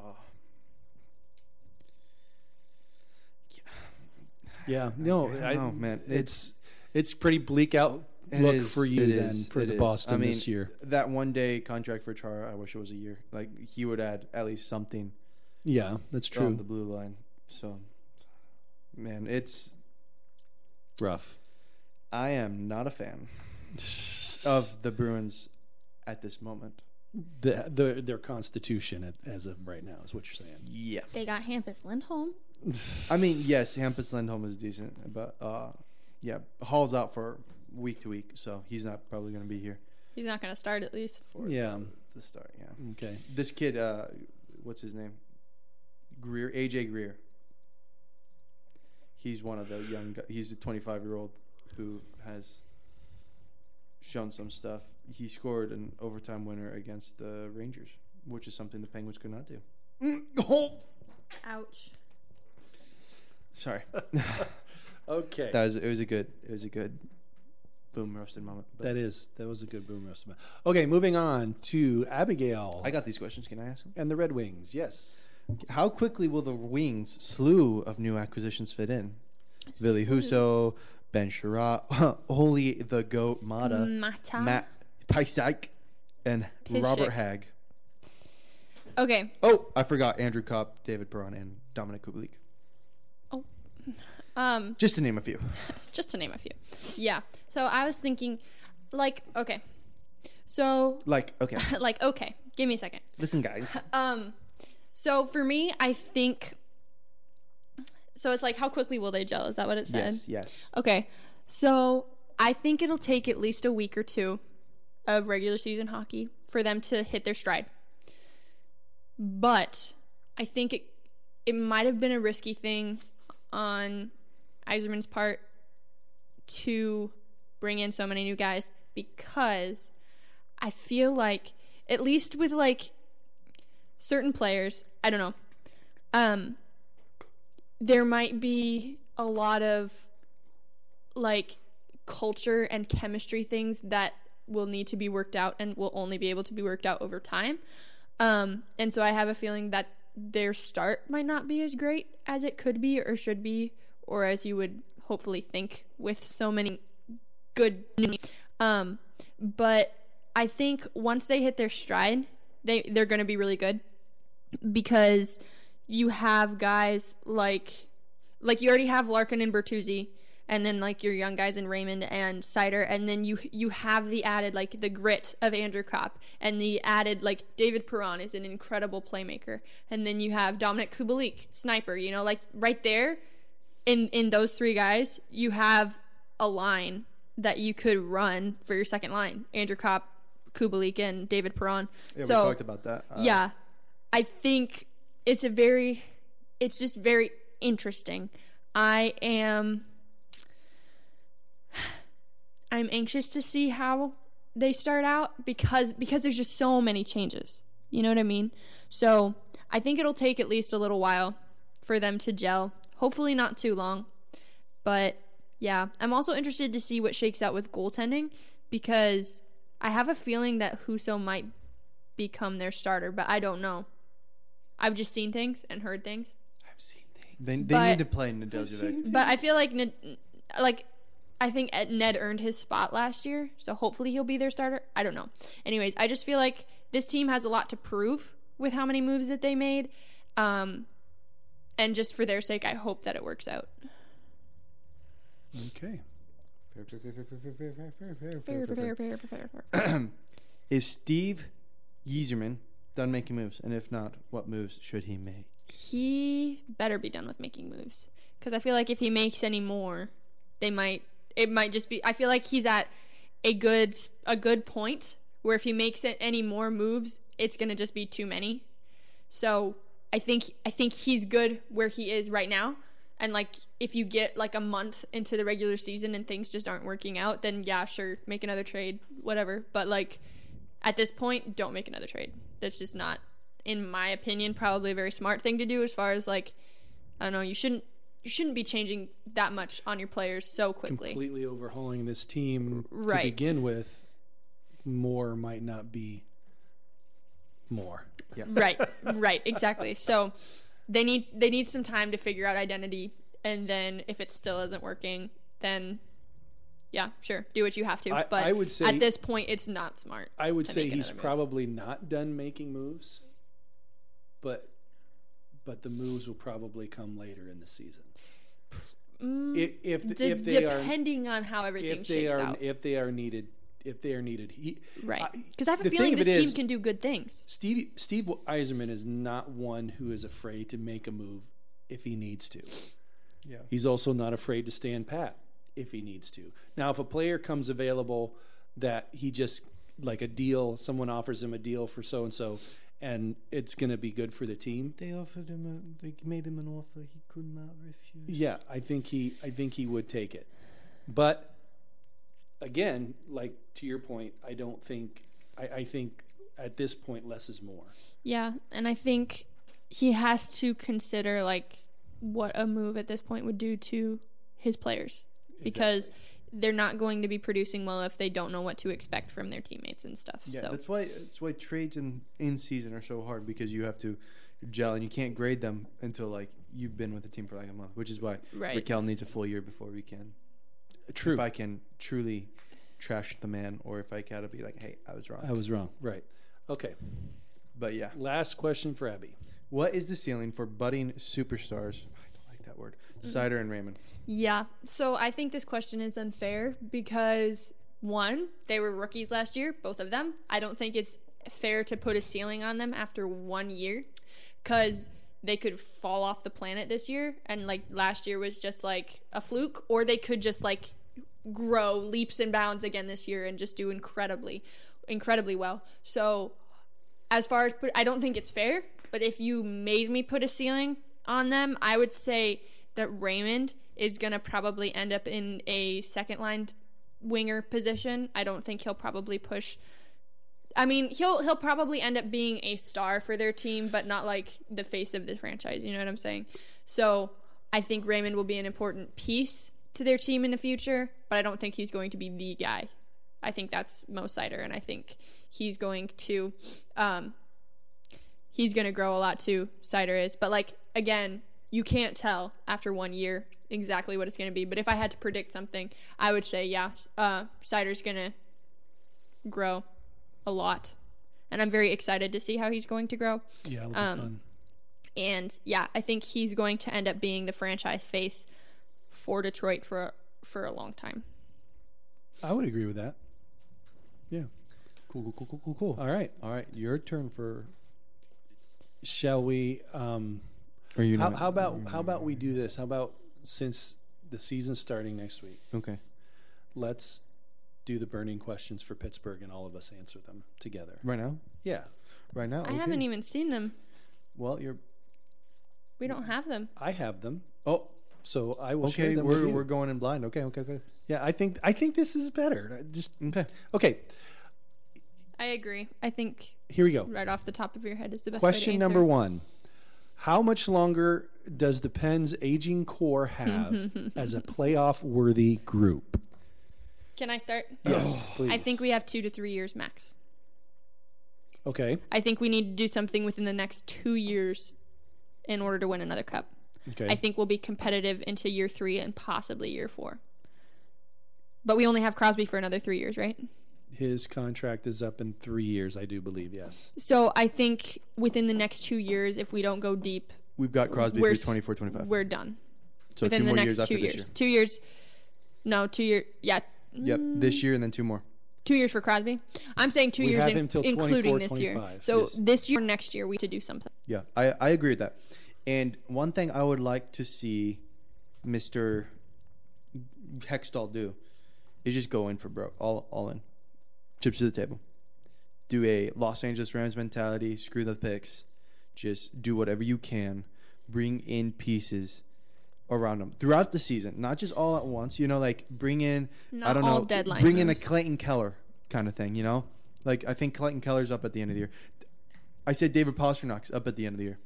[SPEAKER 2] Yeah, no,
[SPEAKER 1] Oh, I don't
[SPEAKER 2] I,
[SPEAKER 1] know, man.
[SPEAKER 2] It's it's pretty bleak outlook
[SPEAKER 1] It is,
[SPEAKER 2] for you
[SPEAKER 1] it
[SPEAKER 2] then
[SPEAKER 1] is,
[SPEAKER 2] for
[SPEAKER 1] it
[SPEAKER 2] the
[SPEAKER 1] is.
[SPEAKER 2] Boston
[SPEAKER 1] I mean,
[SPEAKER 2] this year.
[SPEAKER 1] that one day contract for Chara, I wish it was a year. Like he would add at least something
[SPEAKER 2] Yeah, that's
[SPEAKER 1] True.
[SPEAKER 2] true.
[SPEAKER 1] on the blue line. So, man, it's
[SPEAKER 2] Rough.
[SPEAKER 1] I am not a fan of the Bruins at this moment.
[SPEAKER 2] the, the their constitution at- as of right now is what you're saying.
[SPEAKER 1] Yeah,
[SPEAKER 3] They got Hampus Lindholm.
[SPEAKER 1] I mean, yes, Hampus Lindholm is decent, but uh, yeah, Hall's out for week to week, so he's not probably going to be here
[SPEAKER 3] He's not going to start at least.
[SPEAKER 1] for
[SPEAKER 2] Yeah.
[SPEAKER 1] the start. Yeah,
[SPEAKER 2] Okay.
[SPEAKER 1] this kid, uh, what's his name? Greer, AJ Greer. He's one of the young. gu- He's a 25 year old who has shown some stuff. He scored an overtime winner against the Rangers, which is something the Penguins could not do.
[SPEAKER 3] Ouch.
[SPEAKER 1] Sorry,
[SPEAKER 2] Okay.
[SPEAKER 1] that was it. Was a good. It was a good boom roasted moment. But
[SPEAKER 2] that is that was a good boom roast. Okay, moving on to Abigail
[SPEAKER 1] I got these questions. Can I ask them?
[SPEAKER 2] and the Red Wings. Yes.
[SPEAKER 1] How quickly will the Wings slew of new acquisitions fit in? Billy Huso, Ben Sherratt, Oli the Goat Mata,
[SPEAKER 3] Mata.
[SPEAKER 1] Matt Pysyk, and
[SPEAKER 3] Piszczek.
[SPEAKER 1] Robert Hag.
[SPEAKER 3] Okay.
[SPEAKER 1] Oh, I forgot Andrew Kopp, David Perron, and Dominic Kubalik.
[SPEAKER 3] Um,
[SPEAKER 1] Just to name a few.
[SPEAKER 3] just to name a few. Yeah. So I was thinking, like, okay. So,
[SPEAKER 1] Like, okay,
[SPEAKER 3] like, okay. Give me a second.
[SPEAKER 1] listen, guys.
[SPEAKER 3] Um, so for me, I think. So it's like, how quickly will they gel? Is that what it said?
[SPEAKER 1] Yes, yes.
[SPEAKER 3] Okay. So I think it'll take at least a week or two of regular season hockey for them to hit their stride. But I think it it might have been a risky thing on Eiserman's part to bring in so many new guys because I feel like at least with like certain players, I don't know. Um there might be a lot of like culture and chemistry things that will need to be worked out and will only be able to be worked out over time. Um, and so I have a feeling that their start might not be as great as it could be or should be, or as you would hopefully think with so many good. Um, but I think once they hit their stride, they they're going to be really good because you have guys like like you already have Larkin and Bertuzzi, and then like your young guys in Raymond and Cider, and then you you have the added like the grit of Andrew Kopp, and the added like David Perron is an incredible playmaker, and then you have Dominic Kubalik, sniper. You know, like right there, in in those three guys, you have a line that you could run for your second line: Andrew Kopp, Kubalik, and David Perron.
[SPEAKER 1] Yeah,
[SPEAKER 3] so
[SPEAKER 1] we talked about that. Uh,
[SPEAKER 3] yeah i think it's a very it's just very interesting i am i'm anxious to see how they start out because because there's just so many changes you know what i mean so i think it'll take at least a little while for them to gel hopefully not too long but yeah i'm also interested to see what shakes out with goaltending because i have a feeling that huso might become their starter, but I don't know. I've just seen things and heard things,
[SPEAKER 2] I've seen things.
[SPEAKER 1] They, they
[SPEAKER 3] But-
[SPEAKER 1] need to play Nedojevic.
[SPEAKER 2] Mm-hmm.
[SPEAKER 3] but I feel like Ned, like I think Ed- Ned earned his spot last year, so hopefully he'll be their starter. I don't know. Anyways, I just feel like this team has a lot to prove with how many moves that they made, um, and just for their sake, I hope that it works out.
[SPEAKER 2] Okay.
[SPEAKER 1] Is Steve Yzerman done making moves? And if not, what moves should he make?
[SPEAKER 3] He better be done with making moves because I feel like if he makes any more, they might. It might just be. I feel like he's at a good s- a good point where if he makes it any more moves, it's gonna just be too many. So I think I think he's good where he is right now. And like if you get like a month into the regular season and things just aren't working out, then yeah, sure, make another trade, whatever. But like at this point, don't make another trade. That's just not, in my opinion, probably a very smart thing to do. As far as like, I don't know, you shouldn't you shouldn't be changing that much on your players so quickly.
[SPEAKER 2] Completely overhauling this team to
[SPEAKER 3] Right.
[SPEAKER 2] begin with. More might not be more.
[SPEAKER 3] right right exactly so they need they need some time to figure out identity and then if it still isn't working then yeah sure do what you have to
[SPEAKER 2] I-
[SPEAKER 3] but
[SPEAKER 2] I would say-
[SPEAKER 3] at this point it's not smart
[SPEAKER 2] I would
[SPEAKER 3] to
[SPEAKER 2] say
[SPEAKER 3] make
[SPEAKER 2] he's
[SPEAKER 3] another move.
[SPEAKER 2] probably not done making moves, but but the moves will probably come later in the season.
[SPEAKER 3] Mm,
[SPEAKER 2] If if,
[SPEAKER 3] de-
[SPEAKER 2] if they are
[SPEAKER 3] depending on how everything
[SPEAKER 2] if they
[SPEAKER 3] shakes
[SPEAKER 2] are
[SPEAKER 3] out
[SPEAKER 2] if they are needed if they are needed he
[SPEAKER 3] right
[SPEAKER 2] I-
[SPEAKER 3] because i have a
[SPEAKER 2] the thing
[SPEAKER 3] feeling
[SPEAKER 2] of it
[SPEAKER 3] this team
[SPEAKER 2] is-
[SPEAKER 3] can do good things
[SPEAKER 2] Steve Steve Eiserman is not one who is afraid to make a move if he needs to.
[SPEAKER 1] Yeah.
[SPEAKER 2] He's also not afraid to stand pat if he needs to. Now, if a player comes available that he just like a deal, someone offers him a deal for so and so, and it's going to be good for the team.
[SPEAKER 1] They offered him. A, they made him an offer he could not refuse.
[SPEAKER 2] Yeah, I think he I think he would take it. But again, like to your point, I don't think I, I think at this point less is more.
[SPEAKER 3] Yeah, and I think he has to consider like what a move at this point would do to his players because they're not going to be producing well if they don't know what to expect from their teammates and stuff.
[SPEAKER 1] Yeah,
[SPEAKER 3] so
[SPEAKER 1] that's why that's why trades in in season are so hard because you have to gel and you can't grade them until like you've been with the team for like a month, which is why
[SPEAKER 3] Right.
[SPEAKER 1] Raquel needs a full year before we can.
[SPEAKER 2] True.
[SPEAKER 1] If I can truly trash the man, or if I gotta be like, hey, I was wrong.
[SPEAKER 2] I was wrong. Right. Okay.
[SPEAKER 1] But yeah,
[SPEAKER 2] Last question for Abby.
[SPEAKER 1] what is the ceiling for budding superstars? I don't like that word.
[SPEAKER 3] Mm-hmm.
[SPEAKER 1] Cider and Raymond.
[SPEAKER 3] yeah, so I think this question is unfair because one, they were rookies last year, both of them. I don't think it's fair to put a ceiling on them after one year because they could fall off the planet this year and like last year was just like a fluke or they could just like grow leaps and bounds again this year and just do incredibly incredibly well so as far as put, i don't think it's fair but if you made me put a ceiling on them i would say that raymond is going to probably end up in a second line winger position i don't think he'll probably push I mean, he'll he'll probably end up being a star for their team, but not like the face of the franchise. You know what I'm saying? So I think Raymond will be an important piece to their team in the future, but I don't think he's going to be the guy. I think that's Mo Sider, and I think he's going to um, he's going to grow a lot too. Cider is, but like again, you can't tell after one year exactly what it's going to be. But if I had to predict something, I would say yeah, uh, Cider's going to grow a lot. And I'm very excited to see how he's going to grow.
[SPEAKER 2] Yeah, it'll be
[SPEAKER 3] Um,
[SPEAKER 2] fun.
[SPEAKER 3] And yeah, I think he's going to end up being the franchise face for Detroit for for a long time.
[SPEAKER 2] I would agree with that. Yeah.
[SPEAKER 1] Cool, cool, cool, cool, cool, cool.
[SPEAKER 2] All right.
[SPEAKER 1] All right, your turn for.
[SPEAKER 2] Shall we? Um,
[SPEAKER 1] Or you
[SPEAKER 2] how, how about how about we do this? How about since the season's starting next week,
[SPEAKER 1] Okay.
[SPEAKER 2] let's do the burning questions for Pittsburgh and all of us answer them together.
[SPEAKER 1] Right now.
[SPEAKER 2] Yeah.
[SPEAKER 1] Right now.
[SPEAKER 3] I haven't even seen them.
[SPEAKER 1] Well, you're.
[SPEAKER 3] We don't have them.
[SPEAKER 2] I have them,
[SPEAKER 1] Oh,
[SPEAKER 2] so I will share
[SPEAKER 1] okay.
[SPEAKER 2] them
[SPEAKER 1] We're
[SPEAKER 2] with you.
[SPEAKER 1] we're going in blind. Okay, okay, okay.
[SPEAKER 2] yeah, I think I think this is better. I Just
[SPEAKER 1] Okay.
[SPEAKER 2] okay.
[SPEAKER 3] I agree. I think
[SPEAKER 2] Here we go.
[SPEAKER 3] right off the top of your head is the best
[SPEAKER 2] Question
[SPEAKER 3] way to
[SPEAKER 2] number
[SPEAKER 3] answer.
[SPEAKER 2] one: How much longer does the Pens' aging core have as a playoff-worthy group? Oh,
[SPEAKER 3] Can I start?
[SPEAKER 2] Yes, please.
[SPEAKER 3] I think we have 2 to 3 years max.
[SPEAKER 2] Okay.
[SPEAKER 3] I think we need to do something within the next 2 years in order to win another cup.
[SPEAKER 2] Okay.
[SPEAKER 3] I think we'll be competitive into year three and possibly year four. But we only have Crosby for another three years, right?
[SPEAKER 2] His contract is up in three years, I do believe. Yes.
[SPEAKER 3] So I think within the next two years, if we don't go deep,
[SPEAKER 1] We've got Crosby
[SPEAKER 3] We're
[SPEAKER 1] through
[SPEAKER 3] s-
[SPEAKER 1] 24, 25.
[SPEAKER 3] we're done.
[SPEAKER 1] so
[SPEAKER 3] within
[SPEAKER 1] two
[SPEAKER 3] the
[SPEAKER 1] more
[SPEAKER 3] next
[SPEAKER 1] years after
[SPEAKER 3] two years.
[SPEAKER 1] this year.
[SPEAKER 3] Two years. No, two year. Yeah,
[SPEAKER 1] Yep, this year and then two more.
[SPEAKER 3] two years for Crosby. I'm saying two
[SPEAKER 2] We
[SPEAKER 3] years,
[SPEAKER 2] have
[SPEAKER 3] in-
[SPEAKER 2] him till
[SPEAKER 3] including
[SPEAKER 2] 24,
[SPEAKER 3] this year.
[SPEAKER 2] 25,
[SPEAKER 3] So
[SPEAKER 2] yes.
[SPEAKER 3] this year, next year, we to do something.
[SPEAKER 1] Yeah, I, I agree with that. And one thing I would like to see Mr. Hextall do is just go in for broke, all, all in, chips to the table. Do a Los Angeles Rams mentality, screw the picks, just do whatever you can, bring in pieces around them throughout the season, not just all at once. You know, like bring in, I
[SPEAKER 3] Not
[SPEAKER 1] don't
[SPEAKER 3] all
[SPEAKER 1] know,
[SPEAKER 3] deadline
[SPEAKER 1] bring in a
[SPEAKER 3] moves.
[SPEAKER 1] Clayton Keller kind of thing. You know, like I think Clayton Keller's up at the end of the year. I said David Pasternak's up at the end of the year.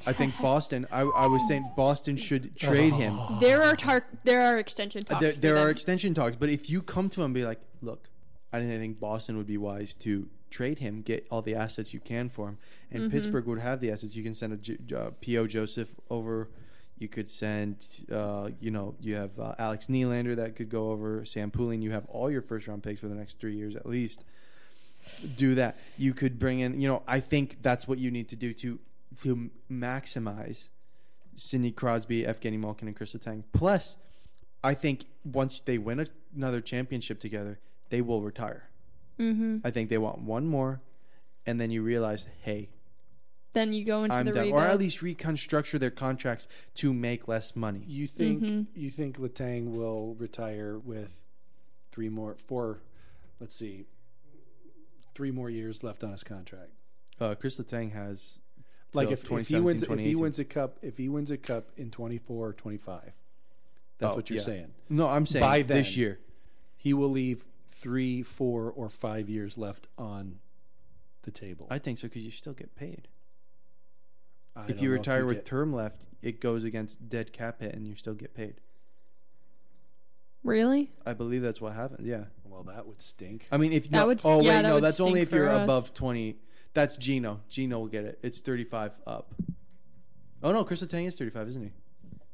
[SPEAKER 1] I think Boston. I, I was saying Boston should trade him.
[SPEAKER 2] Ah.
[SPEAKER 3] There are tar- there are extension
[SPEAKER 2] Uh,
[SPEAKER 3] talks.
[SPEAKER 1] There,
[SPEAKER 3] for
[SPEAKER 1] there are
[SPEAKER 3] them.
[SPEAKER 1] extension talks, but if you come to him and be like, "Look, I didn't think Boston would be wise to trade him, get all the assets you can for him. And
[SPEAKER 3] Mm-hmm.
[SPEAKER 1] Pittsburgh would have the assets. You can send a J- uh, P.O. Joseph over. You could send, uh, you know, you have uh, Alex Nylander that could go over. Sam Poulin, you have all your first round picks for the next three years at least. Do that. You could bring in, you know, I think that's what you need to do to to maximize Sidney Crosby, Evgeny Malkin, and Chris Letang. Plus, I think once they win a- another championship together, they will retire.
[SPEAKER 3] Mm-hmm.
[SPEAKER 1] I think they want one more, and then you realize, hey,
[SPEAKER 3] Then you go into
[SPEAKER 1] I'm
[SPEAKER 3] the
[SPEAKER 1] done,
[SPEAKER 3] rebuild.
[SPEAKER 1] or at least reconstructure their contracts to make less money.
[SPEAKER 2] You think you think Latang will retire with three more, four, let's see, three more years left on his contract.
[SPEAKER 1] Uh, Chris Letang has
[SPEAKER 2] Like
[SPEAKER 1] till
[SPEAKER 2] if, if he wins, if he
[SPEAKER 1] 2017,
[SPEAKER 2] wins a cup, if he wins a cup in 24 or 25, that's
[SPEAKER 1] Oh,
[SPEAKER 2] what you're
[SPEAKER 1] yeah.
[SPEAKER 2] saying.
[SPEAKER 1] No, I'm saying
[SPEAKER 2] By then.
[SPEAKER 1] this year.
[SPEAKER 2] He will leave three, four, or five years left on the table.
[SPEAKER 1] I think so because you still get paid.
[SPEAKER 2] I
[SPEAKER 1] if
[SPEAKER 2] don't
[SPEAKER 1] you
[SPEAKER 2] know
[SPEAKER 1] retire with
[SPEAKER 2] get-
[SPEAKER 1] term left, it goes against dead cap hit, and you still get paid.
[SPEAKER 3] really?
[SPEAKER 1] I believe that's what happened. Yeah.
[SPEAKER 2] well, that would stink.
[SPEAKER 1] I mean, if
[SPEAKER 3] That
[SPEAKER 1] no,
[SPEAKER 3] would s-
[SPEAKER 1] oh wait,
[SPEAKER 3] yeah, that
[SPEAKER 1] no,
[SPEAKER 3] would
[SPEAKER 1] that's only
[SPEAKER 3] stink
[SPEAKER 1] if you're
[SPEAKER 3] for us.
[SPEAKER 1] above twenty. That's Gino. Gino will get it. It's thirty-five up. Oh no, Chris Letang is thirty-five, isn't he?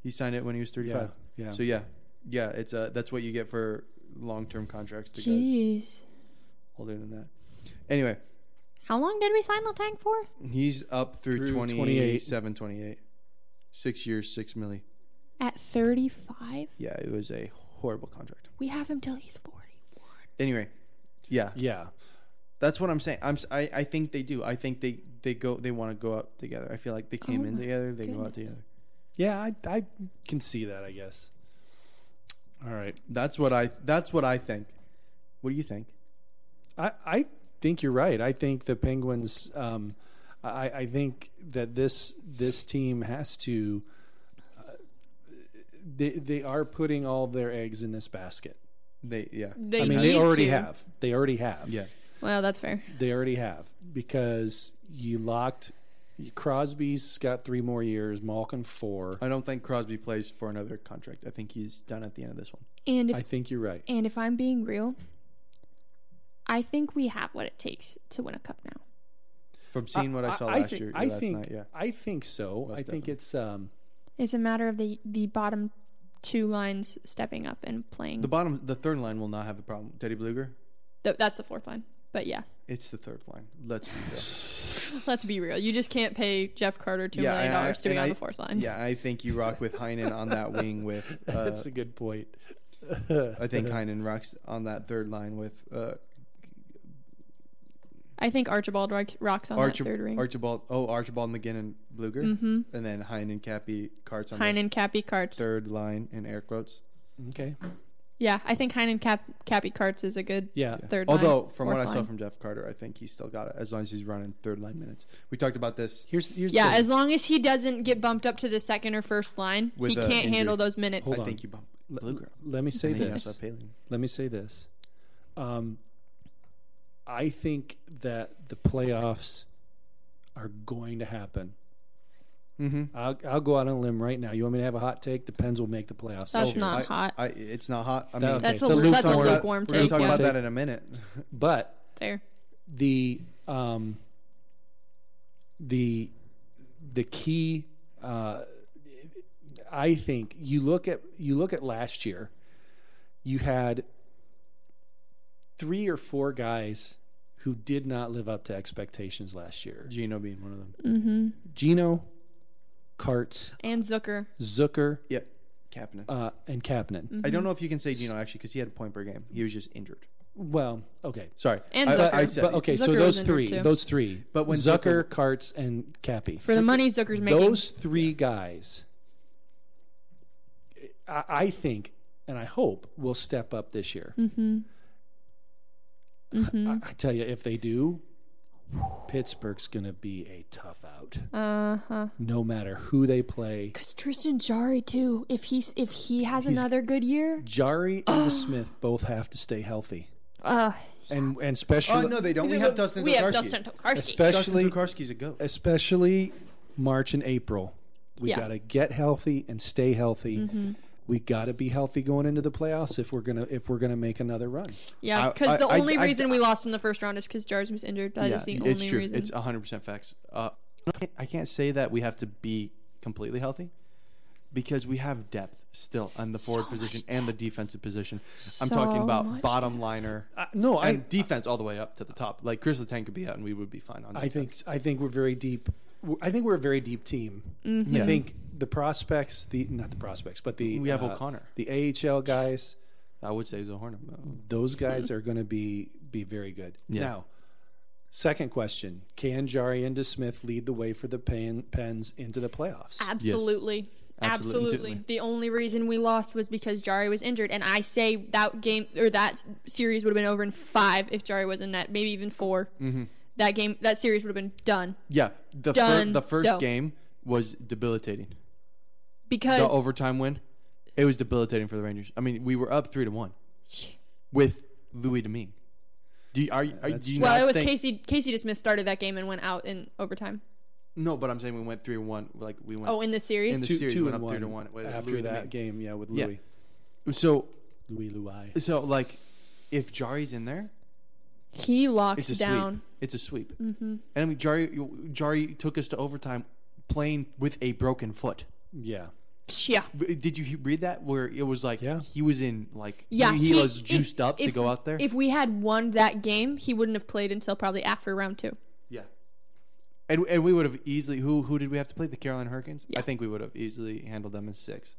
[SPEAKER 1] He signed it when he was
[SPEAKER 2] Yeah,
[SPEAKER 1] thirty-five.
[SPEAKER 2] yeah.
[SPEAKER 1] So yeah, yeah, it's uh that's what you get for long-term contracts to guys
[SPEAKER 3] Jeez.
[SPEAKER 1] older than that. Anyway,
[SPEAKER 3] How long did we sign Latang for?
[SPEAKER 1] he's up through,
[SPEAKER 2] Through
[SPEAKER 1] 27, 28. Six years, six milli.
[SPEAKER 3] At 35?
[SPEAKER 1] Yeah, it was a horrible contract.
[SPEAKER 3] We have him till he's 40.
[SPEAKER 1] Anyway, yeah,
[SPEAKER 2] yeah,
[SPEAKER 1] That's what I'm saying. I'm s- I, I think they do. I think they they go they want to go out together. I feel like they came
[SPEAKER 3] Oh
[SPEAKER 1] in
[SPEAKER 3] my
[SPEAKER 1] together, they go out
[SPEAKER 3] goodness.
[SPEAKER 1] together.
[SPEAKER 2] yeah. I, I can see that. I guess. All right.
[SPEAKER 1] That's what I that's what I think. What do you think?
[SPEAKER 2] I, I think you're right. I think the Penguins. Um, I, I think that this this team has to. Uh, they they are putting all their eggs in this basket.
[SPEAKER 1] They yeah.
[SPEAKER 3] They
[SPEAKER 2] I mean,
[SPEAKER 3] need
[SPEAKER 2] they already
[SPEAKER 3] to.
[SPEAKER 2] have. They already have.
[SPEAKER 1] Yeah.
[SPEAKER 3] Well, that's fair.
[SPEAKER 2] They already have because you locked. Crosby's got three more years. Malkin four.
[SPEAKER 1] I don't think Crosby plays for another contract. I think he's done at the end of this one.
[SPEAKER 3] And if
[SPEAKER 2] I think you're right.
[SPEAKER 3] and if I'm being real, I think we have what it takes to win a cup now.
[SPEAKER 1] From seeing what I saw last
[SPEAKER 2] think,
[SPEAKER 1] year,
[SPEAKER 2] I
[SPEAKER 1] last
[SPEAKER 2] think.
[SPEAKER 1] night, yeah.
[SPEAKER 2] I think so. I
[SPEAKER 1] Most
[SPEAKER 2] think
[SPEAKER 1] definitely.
[SPEAKER 2] it's um.
[SPEAKER 3] It's a matter of the the bottom two lines stepping up and playing.
[SPEAKER 1] The bottom the third line will not have a problem. Teddy Bluger,
[SPEAKER 3] Th- that's the fourth line. But yeah,
[SPEAKER 1] it's the third line. Let's be real.
[SPEAKER 3] let's be real. You just can't pay Jeff Carter two million
[SPEAKER 1] and I-
[SPEAKER 3] dollars to be
[SPEAKER 1] and
[SPEAKER 3] on
[SPEAKER 1] I-
[SPEAKER 3] the fourth line.
[SPEAKER 1] Yeah, I think you rock with Heinen on that wing with uh,
[SPEAKER 2] That's a good point.
[SPEAKER 1] I think Heinen rocks on that third line with uh,
[SPEAKER 3] I think Archibald rock, rocks on
[SPEAKER 1] Archib-
[SPEAKER 3] that third ring.
[SPEAKER 1] Archibald. Oh, Archibald McGinn and Bluger,
[SPEAKER 3] mm-hmm.
[SPEAKER 1] and then Hein and Cappy Carts on
[SPEAKER 3] Heinen, Cappy, Karts.
[SPEAKER 1] the third line in air quotes.
[SPEAKER 2] Okay.
[SPEAKER 3] Yeah, I think Heinen, Cap, Cappy, Karts is a good
[SPEAKER 2] Yeah.
[SPEAKER 1] Yeah.
[SPEAKER 3] third line.
[SPEAKER 1] Although, from what
[SPEAKER 3] fourth
[SPEAKER 1] I saw
[SPEAKER 3] line.
[SPEAKER 1] from Jeff Carter, I think he's still got it as long as he's running third line minutes. We talked about this.
[SPEAKER 2] Here's here's
[SPEAKER 3] Yeah,
[SPEAKER 2] the,
[SPEAKER 3] as long as he doesn't get bumped up to the second or first line,
[SPEAKER 1] With,
[SPEAKER 3] he
[SPEAKER 1] uh,
[SPEAKER 3] can't
[SPEAKER 1] injury.
[SPEAKER 3] handle those minutes.
[SPEAKER 2] Hold
[SPEAKER 1] I
[SPEAKER 2] on.
[SPEAKER 1] think you bumped Bluger. up.
[SPEAKER 2] let me
[SPEAKER 1] I
[SPEAKER 2] say
[SPEAKER 1] think
[SPEAKER 2] this.
[SPEAKER 1] that's up Palin.
[SPEAKER 2] Let me say this. Um, I think that the playoffs are going to happen.
[SPEAKER 1] Mm-hmm.
[SPEAKER 2] I'll, I'll go out on a limb right now. You want me to have a hot take? The Pens will make the playoffs. Oh,
[SPEAKER 3] That's
[SPEAKER 2] this year.
[SPEAKER 3] not
[SPEAKER 1] I,
[SPEAKER 3] hot.
[SPEAKER 1] I, it's not hot. I mean,
[SPEAKER 2] That-
[SPEAKER 3] that's
[SPEAKER 2] okay, so
[SPEAKER 3] a lu-
[SPEAKER 2] Luke's
[SPEAKER 3] that's a
[SPEAKER 2] on
[SPEAKER 1] we're
[SPEAKER 2] that-
[SPEAKER 3] lukewarm
[SPEAKER 1] we're gonna
[SPEAKER 3] take.
[SPEAKER 1] talk
[SPEAKER 3] yeah.
[SPEAKER 1] about that in a minute.
[SPEAKER 2] But
[SPEAKER 3] Fair.
[SPEAKER 2] the um, the the key uh, I think you look at you look at last year you had three or four guys who did not live up to expectations last year
[SPEAKER 1] Gino being one of them.
[SPEAKER 3] Mm-hmm.
[SPEAKER 2] Gino Karts
[SPEAKER 3] And Zucker.
[SPEAKER 2] Zucker
[SPEAKER 1] Yep, Kapanen.
[SPEAKER 2] uh, and Kapanen
[SPEAKER 1] I don't know if you can say Gino actually because he had a point per game. He was just injured.
[SPEAKER 2] well okay
[SPEAKER 1] Sorry,
[SPEAKER 3] And
[SPEAKER 1] I,
[SPEAKER 2] but,
[SPEAKER 1] I said
[SPEAKER 2] but okay so
[SPEAKER 3] Zucker
[SPEAKER 2] those
[SPEAKER 3] was
[SPEAKER 2] three
[SPEAKER 3] injured too.
[SPEAKER 2] those three
[SPEAKER 1] But when
[SPEAKER 2] Zucker
[SPEAKER 1] Zucker-
[SPEAKER 2] Karts and Cappy
[SPEAKER 3] For the money Zucker's making.
[SPEAKER 2] those three guys, I, I think and I hope will step up this year.
[SPEAKER 3] mm-hmm.
[SPEAKER 2] I, I tell you, if they do, Pittsburgh's going to be a tough out,
[SPEAKER 3] Uh huh.
[SPEAKER 2] no matter who they play.
[SPEAKER 3] Because Tristan Jari too. If he's if he has another good year,
[SPEAKER 2] Jari and the Smith both have to stay healthy,
[SPEAKER 3] uh,
[SPEAKER 2] and and especially
[SPEAKER 1] Oh no, they don't. We have Dustin.
[SPEAKER 3] we have
[SPEAKER 1] Tokarski.
[SPEAKER 3] Dustin Tokarski.
[SPEAKER 1] Dustin
[SPEAKER 2] especially
[SPEAKER 1] Tokarski's a goat.
[SPEAKER 2] especially March and April. We
[SPEAKER 3] Yeah.
[SPEAKER 2] got to get healthy and stay healthy we got to be healthy going into the playoffs if we're gonna if we're gonna make another run.
[SPEAKER 3] Yeah,
[SPEAKER 1] I-
[SPEAKER 3] because the
[SPEAKER 1] I- I-
[SPEAKER 3] only
[SPEAKER 1] I-
[SPEAKER 3] reason we lost in the first round is because Jars was injured. That is the
[SPEAKER 1] it's
[SPEAKER 3] only
[SPEAKER 1] true.
[SPEAKER 3] reason.
[SPEAKER 1] It's 100% facts. Uh, I can't- I can't say that we have to be completely healthy because we have depth still on the forward position and the defensive position. I'm talking
[SPEAKER 3] So
[SPEAKER 1] about
[SPEAKER 3] much
[SPEAKER 1] bottom liner
[SPEAKER 2] Uh, no, I
[SPEAKER 1] and defense all the way up to the top. Like Chris Letang could be out and we would be fine on defense.
[SPEAKER 2] I think I think we're very deep. I think we're a very deep team. I think the prospects, the not the prospects, but the uh,
[SPEAKER 1] We have O'Connor.
[SPEAKER 2] the AHL guys.
[SPEAKER 1] I would say Zohorna. but-
[SPEAKER 2] Those guys are going to be be very good. Now, second question: Can Jari and Smith lead the way for the Pen, Pens into the playoffs?
[SPEAKER 1] Absolutely.
[SPEAKER 3] Absolutely. Absolutely. The only reason we lost was because Jari was injured, and I say that game or that s- series would have been over in five if Jari was in that, maybe even 4
[SPEAKER 1] Mm-hmm.
[SPEAKER 3] That game, that series would have been done
[SPEAKER 1] Yeah, the fir-
[SPEAKER 3] Done.
[SPEAKER 1] the first
[SPEAKER 3] So-
[SPEAKER 1] game was debilitating.
[SPEAKER 3] because
[SPEAKER 1] The overtime win, it was debilitating for the Rangers. I mean, we were up three to one with Louis Domingue. Do you are, you- are you- do you
[SPEAKER 3] well,
[SPEAKER 1] not
[SPEAKER 3] it was
[SPEAKER 1] think-
[SPEAKER 3] Casey. Casey DeSmith started that game and went out in overtime.
[SPEAKER 1] No, but I'm saying we went three to one. Like we went.
[SPEAKER 3] Oh, in the series.
[SPEAKER 1] In the-
[SPEAKER 2] Two,
[SPEAKER 1] series
[SPEAKER 2] two
[SPEAKER 1] went
[SPEAKER 2] and
[SPEAKER 1] up
[SPEAKER 2] one,
[SPEAKER 1] three to one with
[SPEAKER 2] after
[SPEAKER 1] Louis Domingue.
[SPEAKER 2] that game. Yeah, with
[SPEAKER 1] Yeah.
[SPEAKER 2] Louis
[SPEAKER 1] so
[SPEAKER 2] Louis Louis.
[SPEAKER 1] so like, if Jari's in there,
[SPEAKER 3] he
[SPEAKER 1] it's
[SPEAKER 3] locked
[SPEAKER 1] a
[SPEAKER 3] down.
[SPEAKER 1] sweep. It's a sweep. Mm-hmm. And I mean, Jari Jari took us to overtime playing with a broken foot.
[SPEAKER 2] Yeah,
[SPEAKER 3] Yeah.
[SPEAKER 1] B- Did you he- read that? Where it was like
[SPEAKER 2] Yeah.
[SPEAKER 1] he was in like
[SPEAKER 3] Yeah,
[SPEAKER 1] he, he was
[SPEAKER 3] if-
[SPEAKER 1] juiced up to
[SPEAKER 3] if-
[SPEAKER 1] go out there.
[SPEAKER 3] If we had won that game, he wouldn't have played until probably after round two.
[SPEAKER 1] Yeah. And, and we would have easily who who did we have to play the Carolina Hurricanes?
[SPEAKER 3] Yeah.
[SPEAKER 1] I think we would have easily handled them in six.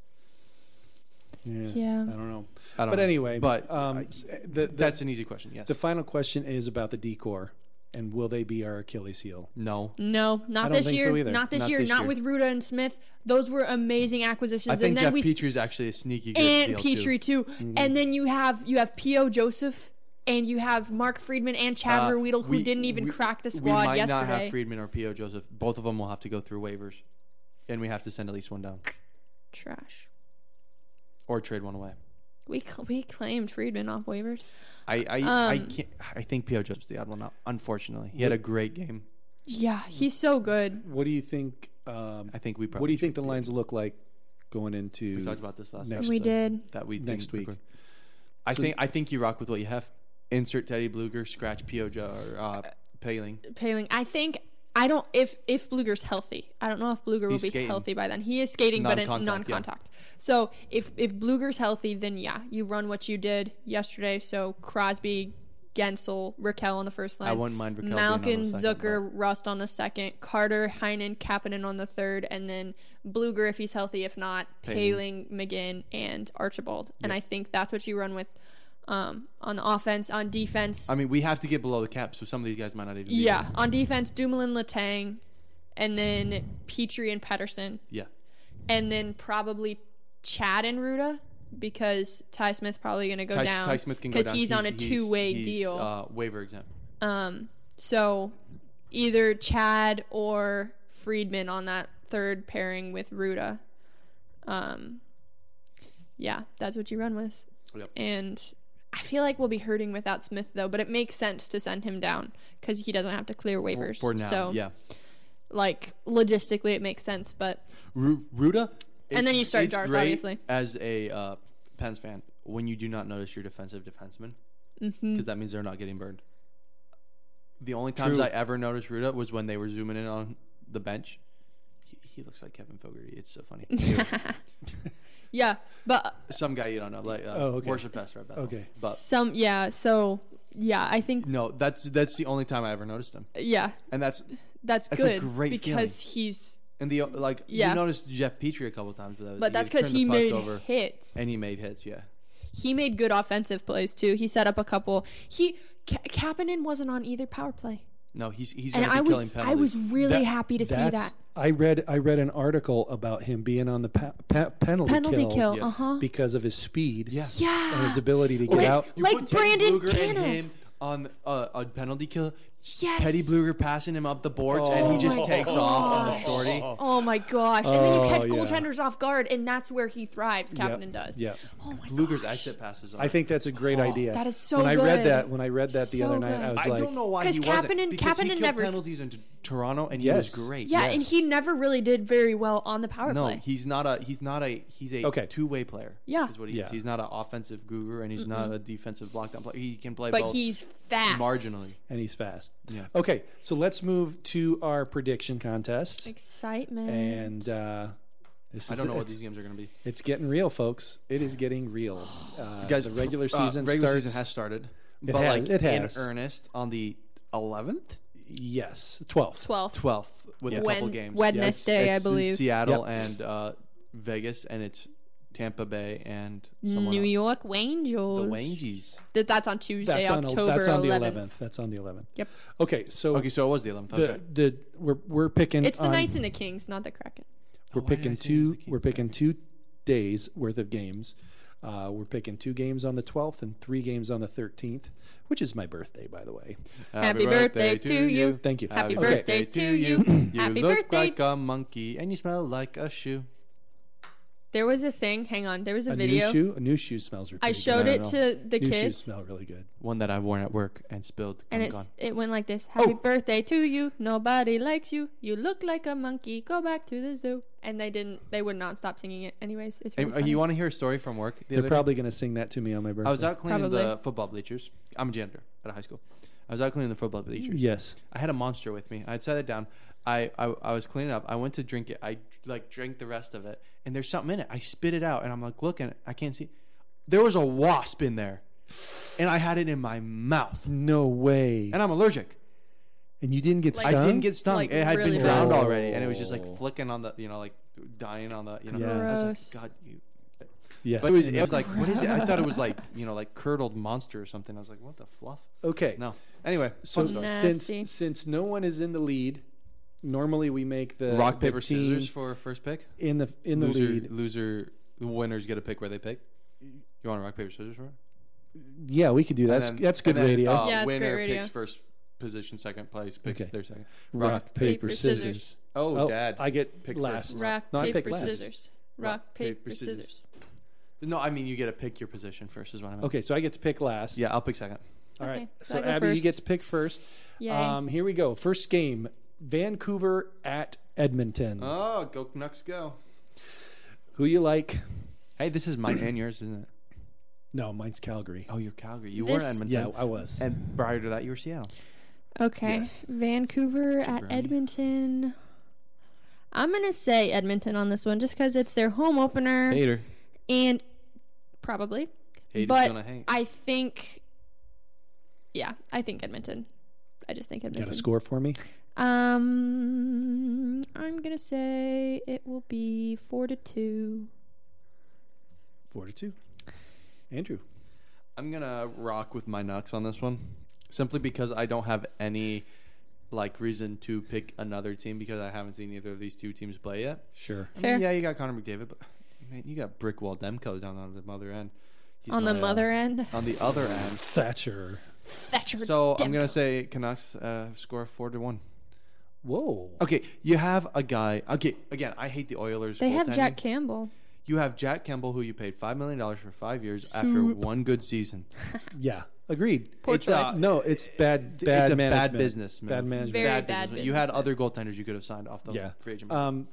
[SPEAKER 2] yeah.
[SPEAKER 3] Yeah.
[SPEAKER 2] I don't know.
[SPEAKER 1] I don't
[SPEAKER 2] But
[SPEAKER 1] know.
[SPEAKER 2] anyway,
[SPEAKER 1] but
[SPEAKER 2] um,
[SPEAKER 1] I-
[SPEAKER 2] s- the, the
[SPEAKER 1] that's an easy question. Yes.
[SPEAKER 2] The final question is about the decor and will they be our Achilles heel?
[SPEAKER 1] no.
[SPEAKER 3] No,
[SPEAKER 2] I
[SPEAKER 3] not
[SPEAKER 2] don't
[SPEAKER 3] this
[SPEAKER 2] think
[SPEAKER 3] year.
[SPEAKER 2] so either.
[SPEAKER 3] not this
[SPEAKER 1] Not
[SPEAKER 3] year.
[SPEAKER 1] this
[SPEAKER 3] not
[SPEAKER 1] year.
[SPEAKER 3] with Ruda and Smith. Those were amazing acquisitions.
[SPEAKER 1] I think
[SPEAKER 3] and then
[SPEAKER 1] Jeff
[SPEAKER 3] we
[SPEAKER 1] Petrie is actually a sneaky good
[SPEAKER 3] and
[SPEAKER 1] deal,
[SPEAKER 3] Petrie
[SPEAKER 1] too. Mm-hmm.
[SPEAKER 3] too. And then you have you have P.O. Joseph and you have Mark Friedman and Chad
[SPEAKER 1] Uh,
[SPEAKER 3] Verweedle who
[SPEAKER 1] we-
[SPEAKER 3] didn't even
[SPEAKER 1] we-
[SPEAKER 3] crack the
[SPEAKER 1] We
[SPEAKER 3] squad
[SPEAKER 1] might not have
[SPEAKER 3] yesterday.
[SPEAKER 1] Friedman or P.O. Joseph. Both of them will have to go through waivers, and we have to send at least one down
[SPEAKER 3] Trash.
[SPEAKER 1] or trade one away.
[SPEAKER 3] We cl- we claimed Friedman off waivers.
[SPEAKER 1] I I, I
[SPEAKER 3] Um,
[SPEAKER 1] can't. I think P.O. Joseph's the odd one out. Unfortunately, he had a great game.
[SPEAKER 3] Yeah, he's so good.
[SPEAKER 2] What do you think? Um,
[SPEAKER 1] I think we. Probably
[SPEAKER 2] what do you think the
[SPEAKER 1] should-
[SPEAKER 2] lines look like going into?
[SPEAKER 1] We talked about this last
[SPEAKER 2] Next
[SPEAKER 1] time.
[SPEAKER 3] We did.
[SPEAKER 1] that we
[SPEAKER 2] next
[SPEAKER 1] didn't
[SPEAKER 2] week.
[SPEAKER 1] record. I think I think you rock with what you have. Insert Teddy Bluger, scratch Pioja or uh, Paling.
[SPEAKER 3] Paling. I think I don't if if Bluger's healthy. I don't know if Bluger will
[SPEAKER 1] He's
[SPEAKER 3] be
[SPEAKER 1] skating.
[SPEAKER 3] healthy by then. He is skating, but in
[SPEAKER 1] Non-contact, yeah.
[SPEAKER 3] non-contact. So if if Bluger's healthy, then yeah, you run what you did yesterday. So Crosby, Gensel, Raquel on the first line.
[SPEAKER 1] I wouldn't mind Raquel being on the
[SPEAKER 3] Malkin,
[SPEAKER 1] second
[SPEAKER 3] Zucker, Rust on the second. Carter, Heinen, Kapanen on the third, and then Bluger if he's healthy. If not,
[SPEAKER 1] Paling.
[SPEAKER 3] Paling, McGinn, and Archibald. And I think that's what you run with. Um, on the offense, on defense,
[SPEAKER 1] I mean, we have to get below the cap, so some of these guys might not even. be
[SPEAKER 3] yeah,
[SPEAKER 1] there.
[SPEAKER 3] on defense, Dumoulin, Latang, and then Petrie and Pedersen,
[SPEAKER 1] yeah.
[SPEAKER 3] and then probably Chad and Ruda because Ty Smith's probably going to go
[SPEAKER 1] Ty,
[SPEAKER 3] down
[SPEAKER 1] Ty Smith can go down
[SPEAKER 3] because he's, on a two-way
[SPEAKER 1] he's,
[SPEAKER 3] deal.
[SPEAKER 1] Uh, waiver exempt.
[SPEAKER 3] um, so either Chad or Friedman on that third pairing with Ruda. Um, yeah, that's what you run with.
[SPEAKER 1] Yep.
[SPEAKER 3] And I feel like we'll be hurting without Smith though, but it makes sense to send him down because he doesn't have to clear waivers.
[SPEAKER 1] For now,
[SPEAKER 3] so
[SPEAKER 1] yeah.
[SPEAKER 3] like logistically it makes sense, but
[SPEAKER 1] Ru- Ruda. it's-
[SPEAKER 3] then you start
[SPEAKER 1] it's
[SPEAKER 3] Jars,
[SPEAKER 1] great
[SPEAKER 3] obviously.
[SPEAKER 1] As a uh, Pens fan, when you do not notice your defensive defenseman, because
[SPEAKER 3] mm-hmm.
[SPEAKER 1] that means they're not getting burned. The only times
[SPEAKER 2] True.
[SPEAKER 1] I ever noticed Ruda was when they were zooming in on the bench. He, he looks like Kevin Fogarty. It's so funny. Anyway,
[SPEAKER 3] yeah, but
[SPEAKER 1] Some guy you don't know, like uh,
[SPEAKER 2] Oh, okay.
[SPEAKER 1] worship pastor. at Bethel.
[SPEAKER 2] Okay.
[SPEAKER 1] but
[SPEAKER 3] some yeah, so yeah, I think
[SPEAKER 1] no, that's that's the only time I ever noticed him,
[SPEAKER 3] yeah,
[SPEAKER 1] and that's
[SPEAKER 3] that's,
[SPEAKER 1] That's a
[SPEAKER 3] good
[SPEAKER 1] great
[SPEAKER 3] because he's
[SPEAKER 1] and the like
[SPEAKER 3] Yeah.
[SPEAKER 1] you noticed Jeff Petrie a couple times, but, that was-
[SPEAKER 3] but that's because
[SPEAKER 1] turned the
[SPEAKER 3] he
[SPEAKER 1] puck
[SPEAKER 3] made
[SPEAKER 1] over
[SPEAKER 3] hits.
[SPEAKER 1] and he made hits. Yeah,
[SPEAKER 3] he made good offensive plays too. He set up a couple. He Ka- Kapanen wasn't on either power play,
[SPEAKER 1] no, he's he's
[SPEAKER 3] and
[SPEAKER 1] gonna be
[SPEAKER 3] I was
[SPEAKER 1] killing
[SPEAKER 3] I
[SPEAKER 1] penalties.
[SPEAKER 3] was really
[SPEAKER 2] That-
[SPEAKER 3] happy to see
[SPEAKER 2] that's-
[SPEAKER 3] that
[SPEAKER 2] I read I read an article about him being on the pa- pa- penalty,
[SPEAKER 3] penalty
[SPEAKER 2] kill,
[SPEAKER 3] kill.
[SPEAKER 1] Yeah.
[SPEAKER 3] Uh huh.
[SPEAKER 2] because of his speed
[SPEAKER 3] Yeah.
[SPEAKER 2] and his ability to get
[SPEAKER 3] Like-
[SPEAKER 2] out.
[SPEAKER 1] You
[SPEAKER 3] like
[SPEAKER 1] put Teddy
[SPEAKER 3] Brandon
[SPEAKER 1] Bluger and
[SPEAKER 3] Tanev.
[SPEAKER 1] him on uh, a penalty kill.
[SPEAKER 3] Yes.
[SPEAKER 1] Teddy Bluger passing him up the boards, and he
[SPEAKER 2] Oh
[SPEAKER 1] just
[SPEAKER 3] my
[SPEAKER 1] takes off on the shorty.
[SPEAKER 3] Oh my gosh. And then you
[SPEAKER 2] Oh,
[SPEAKER 3] catch
[SPEAKER 2] yeah.
[SPEAKER 3] goaltenders off guard, and that's where he thrives, Kapanen does.
[SPEAKER 2] Yeah.
[SPEAKER 3] Oh my
[SPEAKER 1] Bluger's
[SPEAKER 3] gosh.
[SPEAKER 1] exit passes. Are
[SPEAKER 2] I think that's a great idea.
[SPEAKER 3] that is so
[SPEAKER 2] When I read
[SPEAKER 3] good.
[SPEAKER 2] that, when I read that the
[SPEAKER 3] So
[SPEAKER 2] other night,
[SPEAKER 3] good.
[SPEAKER 2] I was
[SPEAKER 1] I
[SPEAKER 2] like,
[SPEAKER 1] don't know why
[SPEAKER 3] 'Cause
[SPEAKER 1] he wasn't
[SPEAKER 3] Kapanen-
[SPEAKER 1] because he
[SPEAKER 3] Kapanen
[SPEAKER 1] killed
[SPEAKER 3] never-
[SPEAKER 1] penalties in t- Toronto, and
[SPEAKER 2] Yes.
[SPEAKER 1] he was great.
[SPEAKER 3] Yeah, and
[SPEAKER 2] Yes.
[SPEAKER 3] he never really did very well on the power
[SPEAKER 1] No,
[SPEAKER 3] play.
[SPEAKER 1] he's not a he's not a he's a
[SPEAKER 2] Okay.
[SPEAKER 1] two way player.
[SPEAKER 3] Yeah.
[SPEAKER 1] is what he
[SPEAKER 2] Yeah.
[SPEAKER 1] is. He's not an offensive guru, and he's not a defensive lockdown player. He can play
[SPEAKER 3] but
[SPEAKER 1] both
[SPEAKER 3] he's fast.
[SPEAKER 1] marginally.
[SPEAKER 2] and he's fast.
[SPEAKER 1] Yeah.
[SPEAKER 2] Okay, so let's move to our prediction contest.
[SPEAKER 3] Excitement.
[SPEAKER 2] And uh, this
[SPEAKER 1] I
[SPEAKER 2] is
[SPEAKER 1] don't know
[SPEAKER 2] it.
[SPEAKER 1] what these games are going to be.
[SPEAKER 2] It's getting real, folks. It is getting real. Uh,
[SPEAKER 1] Guys,
[SPEAKER 2] the regular
[SPEAKER 1] uh,
[SPEAKER 2] season
[SPEAKER 1] regular
[SPEAKER 2] starts.
[SPEAKER 1] season has started,
[SPEAKER 2] It
[SPEAKER 1] but
[SPEAKER 2] has-
[SPEAKER 1] like
[SPEAKER 2] it has.
[SPEAKER 1] in earnest on the 11th,
[SPEAKER 2] yes, twelfth.
[SPEAKER 3] 12th.
[SPEAKER 1] 12th with a couple
[SPEAKER 3] Wen-
[SPEAKER 1] games.
[SPEAKER 3] Wednesday,
[SPEAKER 2] it's
[SPEAKER 3] I believe.
[SPEAKER 1] in Seattle and uh, Vegas, and it's Tampa Bay and someone
[SPEAKER 3] New
[SPEAKER 1] else.
[SPEAKER 3] York Angels.
[SPEAKER 1] the Wangies.
[SPEAKER 3] That that's on Tuesday,
[SPEAKER 2] That's on,
[SPEAKER 3] October
[SPEAKER 2] that's on the
[SPEAKER 3] 11th.
[SPEAKER 2] That's on the eleventh.
[SPEAKER 3] Yep.
[SPEAKER 2] Okay, so
[SPEAKER 1] Okay, so it was the 11th.
[SPEAKER 2] the
[SPEAKER 1] Okay.
[SPEAKER 2] the we're we're picking.
[SPEAKER 3] It's the
[SPEAKER 2] on-
[SPEAKER 3] Knights and the Kings, not the Kraken.
[SPEAKER 2] We're
[SPEAKER 1] why did I
[SPEAKER 2] picking
[SPEAKER 1] say it was
[SPEAKER 2] two.
[SPEAKER 1] the Kings?
[SPEAKER 2] We're picking two days worth of games. Uh, we're picking two games on the twelfth and three games on the thirteenth, which is my birthday, by the way.
[SPEAKER 3] Happy birthday to you.
[SPEAKER 2] Thank you.
[SPEAKER 3] Happy
[SPEAKER 2] Okay.
[SPEAKER 3] birthday to you.
[SPEAKER 1] You
[SPEAKER 3] Happy
[SPEAKER 1] look
[SPEAKER 3] birthday.
[SPEAKER 1] like a monkey and you smell like a shoe.
[SPEAKER 3] There was a thing. Hang on. There was a,
[SPEAKER 2] A
[SPEAKER 3] video.
[SPEAKER 2] new shoe. A new shoe smells. Really
[SPEAKER 3] I
[SPEAKER 2] good.
[SPEAKER 3] showed
[SPEAKER 1] I
[SPEAKER 3] it
[SPEAKER 1] don't
[SPEAKER 3] to the
[SPEAKER 2] new shoes
[SPEAKER 3] kids,
[SPEAKER 2] smell really good.
[SPEAKER 1] One that I've worn at work and spilled. gone,
[SPEAKER 3] and it's
[SPEAKER 1] gone.
[SPEAKER 3] it went like
[SPEAKER 2] Oh.
[SPEAKER 3] this: Happy birthday to you. Nobody likes you. You look like a monkey. Go back to the zoo. And they didn't. They would not stop singing it. Anyways, it's really
[SPEAKER 1] Hey,
[SPEAKER 3] funny.
[SPEAKER 1] uh, you want to hear a story from work? The
[SPEAKER 2] They're
[SPEAKER 1] other day?
[SPEAKER 2] probably going to sing that to me on my birthday.
[SPEAKER 1] I was out cleaning the
[SPEAKER 3] Probably.
[SPEAKER 1] football bleachers. I'm a janitor at a high school. I was out cleaning the football bleachers.
[SPEAKER 2] Yes.
[SPEAKER 1] I had a monster with me. I had set it down. I, I I was cleaning up. I went to drink it. I like drank the rest of it, and there's something in it. I spit it out, and I'm like looking. I can't see. There was a wasp in there, and I had it in my mouth,
[SPEAKER 2] No way.
[SPEAKER 1] and I'm allergic.
[SPEAKER 2] And you didn't get
[SPEAKER 3] Like-
[SPEAKER 2] stung.
[SPEAKER 1] I didn't get stung.
[SPEAKER 3] Like,
[SPEAKER 1] it had
[SPEAKER 3] really
[SPEAKER 1] been
[SPEAKER 3] bad.
[SPEAKER 1] drowned already, and it was just
[SPEAKER 2] Oh.
[SPEAKER 1] like flicking on the you know like dying on the you know.
[SPEAKER 2] Yeah.
[SPEAKER 1] I was
[SPEAKER 3] Gross.
[SPEAKER 1] like, God, you.
[SPEAKER 2] Yes.
[SPEAKER 1] But it was, it was like, what is it? I thought it was like you know like curdled monster or something. I was like, what the fluff?
[SPEAKER 2] okay.
[SPEAKER 1] No. Anyway,
[SPEAKER 2] So
[SPEAKER 1] fun story.
[SPEAKER 2] since
[SPEAKER 3] Nasty.
[SPEAKER 2] since no one is in the lead, normally we make the
[SPEAKER 1] rock
[SPEAKER 2] the
[SPEAKER 1] paper
[SPEAKER 2] team
[SPEAKER 1] scissors for first pick.
[SPEAKER 2] in the in the
[SPEAKER 1] loser,
[SPEAKER 2] lead.
[SPEAKER 1] loser, the winners get a pick where they pick. You want to rock paper scissors for it?
[SPEAKER 2] Yeah, we could do that. That's
[SPEAKER 1] And then-
[SPEAKER 2] that's good
[SPEAKER 1] and then,
[SPEAKER 2] radio.
[SPEAKER 1] uh,
[SPEAKER 3] Yeah, it's great
[SPEAKER 1] winner
[SPEAKER 3] radio.
[SPEAKER 1] picks first position, second place picks
[SPEAKER 2] Okay.
[SPEAKER 1] their second.
[SPEAKER 2] rock, paper,
[SPEAKER 3] paper,
[SPEAKER 2] scissors.
[SPEAKER 3] scissors.
[SPEAKER 1] Oh,
[SPEAKER 2] Oh,
[SPEAKER 1] dad.
[SPEAKER 2] I get
[SPEAKER 1] Pick
[SPEAKER 2] last.
[SPEAKER 1] first.
[SPEAKER 3] rock
[SPEAKER 2] No, I picked
[SPEAKER 3] paper
[SPEAKER 2] last.
[SPEAKER 3] scissors? Rock paper scissors.
[SPEAKER 1] No, I mean you get to pick your position first. Is what I meant.
[SPEAKER 2] Okay, so I get to pick last.
[SPEAKER 1] Yeah, I'll pick second.
[SPEAKER 2] All right.
[SPEAKER 3] Okay, so
[SPEAKER 2] so
[SPEAKER 3] I go
[SPEAKER 2] Abby, you
[SPEAKER 3] first.
[SPEAKER 2] get to pick first.
[SPEAKER 3] Yay.
[SPEAKER 2] Um, here we go. First game: Vancouver at Edmonton.
[SPEAKER 1] Oh, go Canucks, go!
[SPEAKER 2] Who you like?
[SPEAKER 1] Hey, this is mine and yours, isn't it?
[SPEAKER 2] No, mine's Calgary.
[SPEAKER 1] Oh, you're Calgary. You
[SPEAKER 3] This-
[SPEAKER 1] were Edmonton.
[SPEAKER 2] Yeah, I was.
[SPEAKER 1] And prior to that, you were Seattle.
[SPEAKER 3] Okay.
[SPEAKER 2] Yes.
[SPEAKER 3] Vancouver at
[SPEAKER 1] Jabroni.
[SPEAKER 3] Edmonton. I'm going to say Edmonton on this one just because it's their home opener
[SPEAKER 1] Hater.
[SPEAKER 3] and probably.
[SPEAKER 1] Hater's
[SPEAKER 3] but
[SPEAKER 1] gonna hate.
[SPEAKER 3] I think, yeah, I think Edmonton. I just think
[SPEAKER 2] Got a
[SPEAKER 3] Edmonton.
[SPEAKER 2] score for me?
[SPEAKER 3] Um, I'm going to say it will be 4 to 2.
[SPEAKER 2] Four to two. Andrew.
[SPEAKER 1] I'm gonna rock with my Nux on this one, simply because I don't have any like reason to pick another team because I haven't seen either of these two teams play yet.
[SPEAKER 2] Sure.
[SPEAKER 1] I
[SPEAKER 3] Fair.
[SPEAKER 1] mean, yeah, you got Connor McDavid, but man, you got Brickwall Demko down on the mother end. He's
[SPEAKER 3] on the
[SPEAKER 1] my, uh,
[SPEAKER 3] mother end,
[SPEAKER 1] on the other end.
[SPEAKER 2] Thatcher.
[SPEAKER 3] Thatcher.
[SPEAKER 1] So I'm gonna
[SPEAKER 3] Demko.
[SPEAKER 1] say Canucks uh, score four to one.
[SPEAKER 2] Whoa.
[SPEAKER 1] Okay, you have a guy. Okay, again, I hate the Oilers.
[SPEAKER 3] they have
[SPEAKER 1] goaltending.
[SPEAKER 3] Jack Campbell.
[SPEAKER 1] You have Jack Kemble, who you paid five million dollars for five years after one good season.
[SPEAKER 2] Yeah. Agreed.
[SPEAKER 3] Poor
[SPEAKER 1] It's, uh,
[SPEAKER 3] choice.
[SPEAKER 2] No, it's bad.
[SPEAKER 1] It's
[SPEAKER 2] Bad
[SPEAKER 1] a
[SPEAKER 2] management.
[SPEAKER 1] bad business, man.
[SPEAKER 2] Bad management.
[SPEAKER 3] Very bad
[SPEAKER 1] business. You had other goaltenders you could have signed off the
[SPEAKER 2] yeah.
[SPEAKER 1] free agent.
[SPEAKER 2] Um,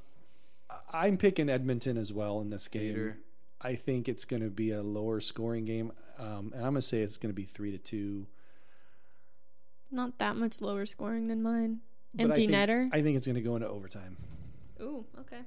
[SPEAKER 2] I'm picking Edmonton as well in this game.
[SPEAKER 1] Hater.
[SPEAKER 2] I think it's going to be a lower scoring game, um, and I'm going to say it's going to be three to two.
[SPEAKER 3] Not that much lower scoring than mine.
[SPEAKER 2] But
[SPEAKER 3] Empty
[SPEAKER 2] I think,
[SPEAKER 3] netter.
[SPEAKER 2] I think it's going to go into overtime.
[SPEAKER 3] Ooh, okay.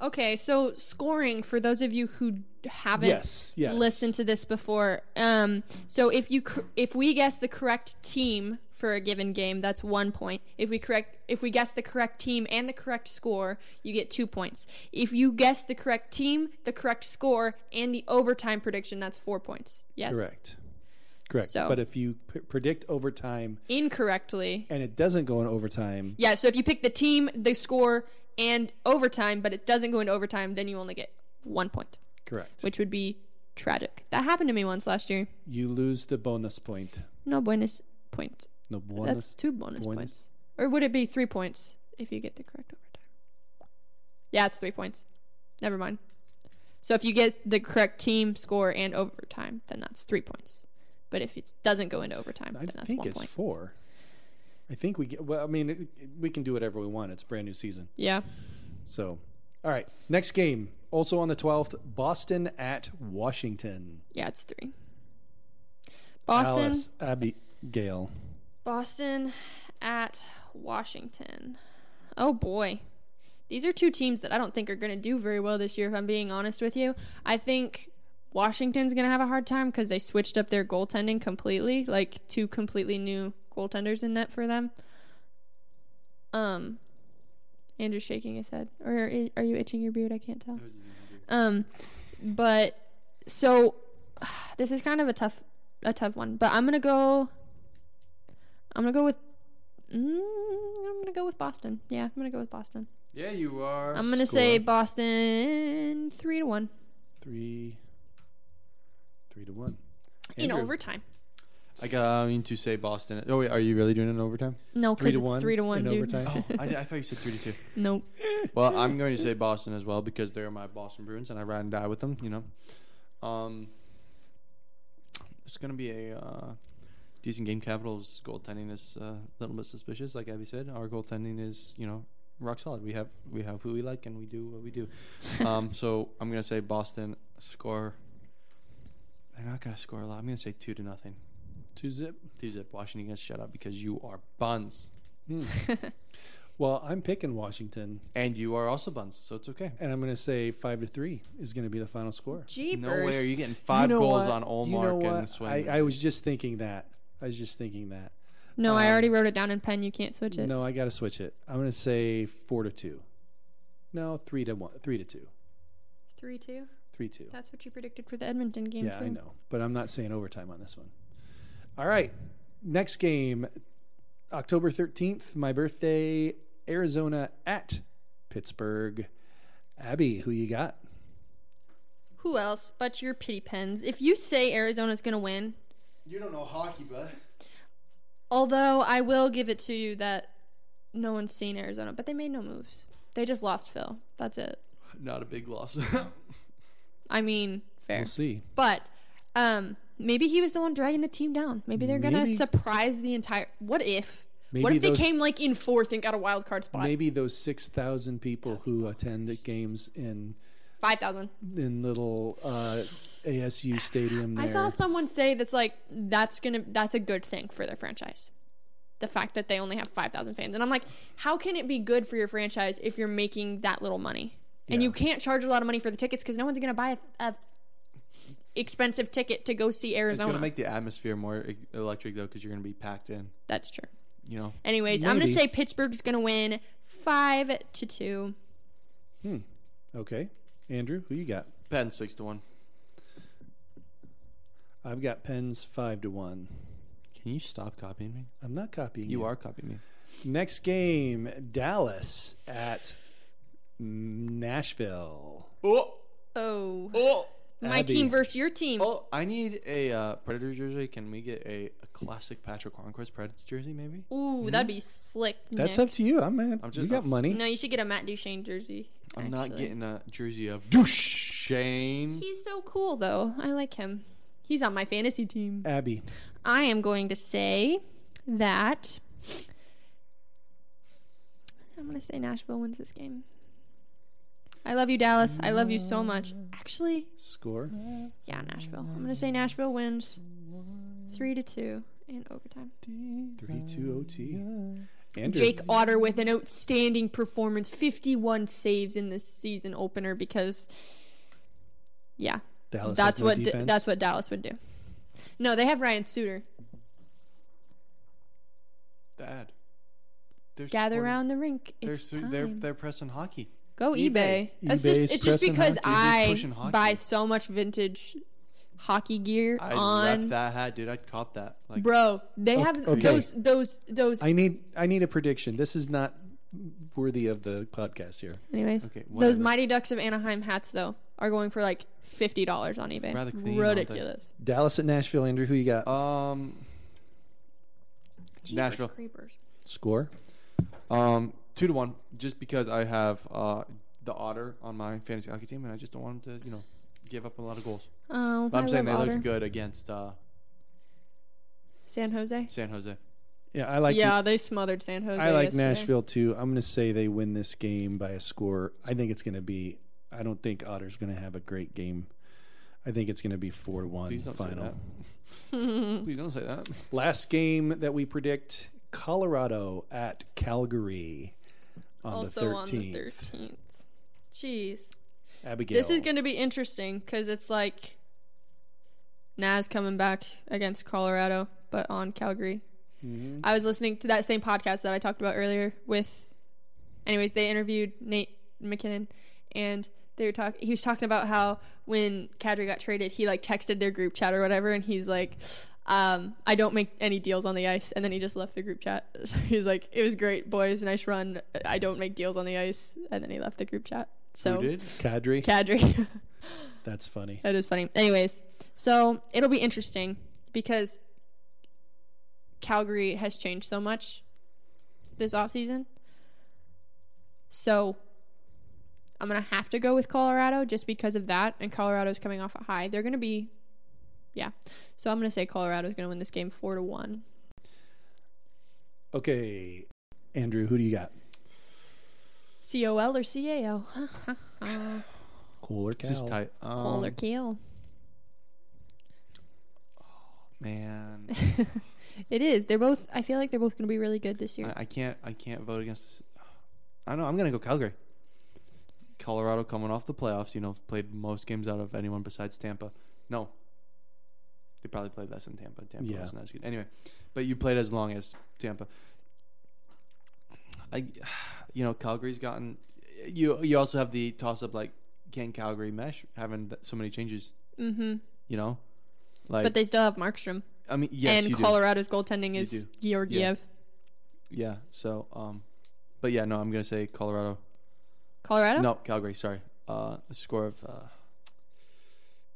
[SPEAKER 3] Okay, so scoring for those of you who haven't
[SPEAKER 2] Yes, yes.
[SPEAKER 3] listened to this before. Um, so if you cor- if we guess the correct team for a given game, that's one point. If we correct if we guess the correct team and the correct score, you get two points. If you guess the correct team, the correct score, and the overtime prediction, that's four points. Yes,
[SPEAKER 2] Correct. Correct.
[SPEAKER 3] So-
[SPEAKER 2] But if you p- predict overtime
[SPEAKER 3] incorrectly.
[SPEAKER 2] and it doesn't go into overtime,
[SPEAKER 3] Yeah, so if you pick the team, the score, and overtime, but it doesn't go into overtime, then you only get one point,
[SPEAKER 2] correct.
[SPEAKER 3] which would be tragic. That happened to me once last year.
[SPEAKER 2] You lose the bonus point.
[SPEAKER 3] No buenos points.
[SPEAKER 2] No bonus.
[SPEAKER 3] That's two bonus
[SPEAKER 2] bonus.
[SPEAKER 3] points. Or would it be three points if you get the correct overtime? Yeah, it's three points. Never mind. So if you get the correct team score and overtime, then that's three points. But if it doesn't go into overtime,
[SPEAKER 2] I
[SPEAKER 3] then that's
[SPEAKER 2] think
[SPEAKER 3] one
[SPEAKER 2] it's
[SPEAKER 3] point.
[SPEAKER 2] four. I think we get. Well, I mean, it, it- we can do whatever we want. It's a brand new season.
[SPEAKER 3] Yeah.
[SPEAKER 2] So, all right. Next game, also on the twelfth, Boston at Washington.
[SPEAKER 3] Yeah, it's three. Boston.
[SPEAKER 2] Alice Abigail.
[SPEAKER 3] Boston at Washington. Oh boy. These are two teams that I don't think are going to do very well this year, if I'm being honest with you. I think Washington's going to have a hard time because they switched up their goaltending completely, like two completely new goaltenders in net for them. Um, Andrew's shaking his head. Or i- are you itching your beard? I can't tell. Um, but so this is kind of a tough, a tough one. But I'm gonna go. I'm gonna go with. Mm, I'm gonna go with Boston. Yeah, I'm gonna go with Boston.
[SPEAKER 1] Yeah, you are.
[SPEAKER 3] I'm gonna
[SPEAKER 2] score.
[SPEAKER 3] say Boston three to one
[SPEAKER 2] Three. Three to one.
[SPEAKER 3] in
[SPEAKER 2] Andrew.
[SPEAKER 3] overtime.
[SPEAKER 1] I going to say Boston. Oh wait, are you really doing it in overtime?
[SPEAKER 3] No,
[SPEAKER 2] Three
[SPEAKER 3] because
[SPEAKER 2] to
[SPEAKER 3] it's
[SPEAKER 2] one.
[SPEAKER 3] three to one,
[SPEAKER 2] in
[SPEAKER 3] dude.
[SPEAKER 2] overtime.
[SPEAKER 1] Oh, I, I thought you said three to two.
[SPEAKER 3] Nope.
[SPEAKER 1] Well, I'm going to say Boston as well because they're my Boston Bruins, and I ride and die with them. You know, um, it's going to be a uh, decent game. Capitals goaltending is uh, a little bit suspicious, like Abby said. Our goaltending is, you know, rock solid. We have we have who we like, and we do what we do. Um, so I'm going to say Boston score. They're not going to score a lot. I'm going to say two to nothing.
[SPEAKER 2] Two zip.
[SPEAKER 1] Two zip. Washington gets shut out because you are buns,
[SPEAKER 2] Hmm. Well, I'm picking Washington,
[SPEAKER 1] and you are also buns, so it's okay.
[SPEAKER 2] and I'm going to say five to three is going to be the final score.
[SPEAKER 3] Jeepers.
[SPEAKER 1] No way are you getting five
[SPEAKER 2] You know
[SPEAKER 1] goals
[SPEAKER 2] what?
[SPEAKER 1] on Olmark
[SPEAKER 2] You know what?
[SPEAKER 1] and Swayman.
[SPEAKER 2] I, I was just thinking that. I was just thinking that.
[SPEAKER 3] No, I
[SPEAKER 2] Um,
[SPEAKER 3] already wrote it down in pen. You can't switch it.
[SPEAKER 2] No, I got to switch it. I'm going to say four to two. No, three to one. Three to two.
[SPEAKER 3] Three two.
[SPEAKER 2] Three two.
[SPEAKER 3] That's what you predicted for the Edmonton game
[SPEAKER 2] yeah,
[SPEAKER 3] too.
[SPEAKER 2] I know, but I'm not saying overtime on this one. All right, next game, October 13th, my birthday, Arizona at Pittsburgh. Abby, who you got?
[SPEAKER 3] Who else but your pity pens? If you say Arizona's gonna win,
[SPEAKER 1] You don't know hockey, bud.
[SPEAKER 3] Although I will give it to you that no one's seen Arizona, but they made no moves. They just lost Phil. That's it.
[SPEAKER 1] Not a big loss.
[SPEAKER 3] I mean, fair.
[SPEAKER 2] We'll see.
[SPEAKER 3] But um maybe he was the one dragging the team down. Maybe they're going to
[SPEAKER 2] Maybe.
[SPEAKER 3] surprise the entire What if? what
[SPEAKER 2] Maybe
[SPEAKER 3] if
[SPEAKER 2] those-
[SPEAKER 3] they came like in fourth and got a wild card spot?
[SPEAKER 2] Maybe those 6,000 people who attend the games in
[SPEAKER 3] 5,000.
[SPEAKER 2] in little uh, ASU stadium there.
[SPEAKER 3] I saw someone say that's like that's going to that's a good thing for their franchise. The fact that they only have 5,000 fans. And I'm like, how can it be good for your franchise if you're making that little money? And
[SPEAKER 2] Yeah.
[SPEAKER 3] you can't charge a lot of money for the tickets cuz no one's going to buy a, a expensive ticket to go see
[SPEAKER 1] It's going
[SPEAKER 3] Arizona.
[SPEAKER 1] to make the atmosphere more e- electric, though, because you're going to be packed in.
[SPEAKER 3] that's true.
[SPEAKER 1] You know,
[SPEAKER 3] Anyways, I'm going to
[SPEAKER 2] Maybe.
[SPEAKER 3] say Pittsburgh's going to win 5 to 2.
[SPEAKER 2] okay, Andrew, who you got?
[SPEAKER 1] Penn six to one.
[SPEAKER 2] I've got Pens five to one.
[SPEAKER 1] Can you stop copying me?
[SPEAKER 2] I'm not copying
[SPEAKER 1] You are copying me.
[SPEAKER 2] Next game, Dallas at Nashville.
[SPEAKER 1] Oh,
[SPEAKER 3] Oh.
[SPEAKER 1] oh,
[SPEAKER 3] My
[SPEAKER 2] Abby.
[SPEAKER 3] team versus your team.
[SPEAKER 1] oh! I need a uh, Predators jersey. Can we get a, a classic Patrick Conquest Predators jersey, maybe?
[SPEAKER 3] Ooh, that'd be slick.
[SPEAKER 2] That's
[SPEAKER 3] Nick.
[SPEAKER 2] up to you. I'm, I'm
[SPEAKER 1] I'm
[SPEAKER 2] just,
[SPEAKER 1] just-
[SPEAKER 2] you got money.
[SPEAKER 3] No, you should get a Matt Duchene jersey.
[SPEAKER 1] I'm not
[SPEAKER 3] actually.
[SPEAKER 1] getting a jersey of Duchesne.
[SPEAKER 3] He's so cool, though. I like him. He's on my fantasy team.
[SPEAKER 2] Abby,
[SPEAKER 3] I am going to say that. I'm going to say Nashville wins this game. I love you, Dallas. I love you so much. Actually,
[SPEAKER 2] score.
[SPEAKER 3] yeah, Nashville. I'm going to say Nashville wins 3 to 2 in overtime.
[SPEAKER 2] 3 2 OT. Andrew.
[SPEAKER 3] Jake Otter with an outstanding performance 51 saves in this season opener because, yeah,
[SPEAKER 2] Dallas
[SPEAKER 3] that's
[SPEAKER 2] has no
[SPEAKER 3] what
[SPEAKER 2] defense.
[SPEAKER 3] that's what Dallas would do. No, they have Ryan Suter.
[SPEAKER 1] Dad. They're
[SPEAKER 3] Gather
[SPEAKER 1] supporting-
[SPEAKER 3] around the rink.
[SPEAKER 1] They're,
[SPEAKER 3] It's
[SPEAKER 1] su-
[SPEAKER 3] time.
[SPEAKER 1] they're they're pressing hockey.
[SPEAKER 3] Go eBay.
[SPEAKER 1] eBay.
[SPEAKER 3] That's just
[SPEAKER 2] eBay's
[SPEAKER 3] it's just
[SPEAKER 2] pressing
[SPEAKER 3] because
[SPEAKER 2] hockey.
[SPEAKER 1] They're
[SPEAKER 3] I
[SPEAKER 1] pushing hockey.
[SPEAKER 3] buy so much vintage hockey gear
[SPEAKER 1] I
[SPEAKER 3] on
[SPEAKER 1] left that hat, dude. I caught that. Like,
[SPEAKER 3] bro. They have
[SPEAKER 2] okay.
[SPEAKER 3] those those those.
[SPEAKER 2] I need I need a prediction. This is not worthy of the podcast here.
[SPEAKER 3] anyways,
[SPEAKER 1] Okay,
[SPEAKER 3] those
[SPEAKER 1] whatever.
[SPEAKER 3] Mighty Ducks of Anaheim hats though are going for like fifty dollars on eBay.
[SPEAKER 1] Rather clean, aren't they?
[SPEAKER 3] Ridiculous.
[SPEAKER 2] Dallas at Nashville, Andrew, who you got?
[SPEAKER 1] Um,
[SPEAKER 3] Jeepers
[SPEAKER 1] Nashville.
[SPEAKER 3] Creepers.
[SPEAKER 2] Score.
[SPEAKER 1] Um, two to one, just because I have uh, the Otter on my fantasy hockey team, and I just don't want him to, you know, give up a lot of goals.
[SPEAKER 3] Oh,
[SPEAKER 1] But I'm
[SPEAKER 3] I
[SPEAKER 1] saying they
[SPEAKER 3] love Otter.
[SPEAKER 1] look good against uh,
[SPEAKER 3] San Jose.
[SPEAKER 1] San Jose.
[SPEAKER 2] Yeah, I like.
[SPEAKER 3] yeah, they smothered San Jose.
[SPEAKER 2] I like
[SPEAKER 3] yesterday.
[SPEAKER 2] Nashville too. I'm going to say they win this game by a score. I think it's going to be. I don't think Otter's going to have a great game. I think it's going to be four to one
[SPEAKER 1] Please don't say
[SPEAKER 2] final.
[SPEAKER 1] that. Please don't say that.
[SPEAKER 2] Last game that we predict: Colorado at Calgary on
[SPEAKER 3] also
[SPEAKER 2] the
[SPEAKER 3] on the
[SPEAKER 2] 13th.
[SPEAKER 3] 13th. Jeez.
[SPEAKER 2] Abigail.
[SPEAKER 3] This is going to be interesting because it's like Nas coming back against Colorado, but on Calgary.
[SPEAKER 1] Mm-hmm.
[SPEAKER 2] Mhm.
[SPEAKER 3] I was listening to that same podcast that I talked about earlier with. Anyways, they interviewed Nate McKinnon, and they were talking. He was talking about how when Kadri got traded, he like texted their group chat or whatever, and he's like, um, "I don't make any deals on the ice," and then he just left the group chat. So he's like, "It was great, boys. Nice run. I don't make deals on the ice," and then he left the group chat. So
[SPEAKER 1] Who did?
[SPEAKER 2] Kadri.
[SPEAKER 3] Kadri.
[SPEAKER 2] That's funny.
[SPEAKER 3] That is funny. Anyways, so it'll be interesting because Calgary has changed so much this offseason. So I'm going to have to go with Colorado just because of that. And Colorado's coming off a high. They're going to be, yeah. So I'm going to say Colorado's going to win this game 4 to 1.
[SPEAKER 2] Okay, Andrew, who do you got?
[SPEAKER 3] COL or CAO?
[SPEAKER 2] Cooler Cal.
[SPEAKER 1] This is tight.
[SPEAKER 3] Call or
[SPEAKER 1] Um,
[SPEAKER 3] kill.
[SPEAKER 1] man,
[SPEAKER 3] It is. They're both, I feel like they're both going to be really good this year.
[SPEAKER 1] I, I can't. I can't vote against. This. I don't know. I'm gonna go Calgary. Colorado coming off the playoffs. You know, played most games out of anyone besides Tampa. No. They probably played less than Tampa. Tampa
[SPEAKER 2] Yeah.
[SPEAKER 1] wasn't as good. Anyway, but you played as long as Tampa. I, you know, Calgary's gotten. You you also have the toss up like can Calgary mesh having th- so many changes.
[SPEAKER 3] mm-hmm.
[SPEAKER 1] You know, like
[SPEAKER 3] but they still have Markstrom.
[SPEAKER 1] I mean, yes,
[SPEAKER 3] and
[SPEAKER 1] you do.
[SPEAKER 3] Colorado's goaltending
[SPEAKER 1] You
[SPEAKER 3] is
[SPEAKER 1] do.
[SPEAKER 3] Georgiev.
[SPEAKER 1] Yeah. So, um, but yeah, no, I'm gonna say Colorado.
[SPEAKER 3] Colorado?
[SPEAKER 1] No, Calgary. Sorry. Uh, a score of uh,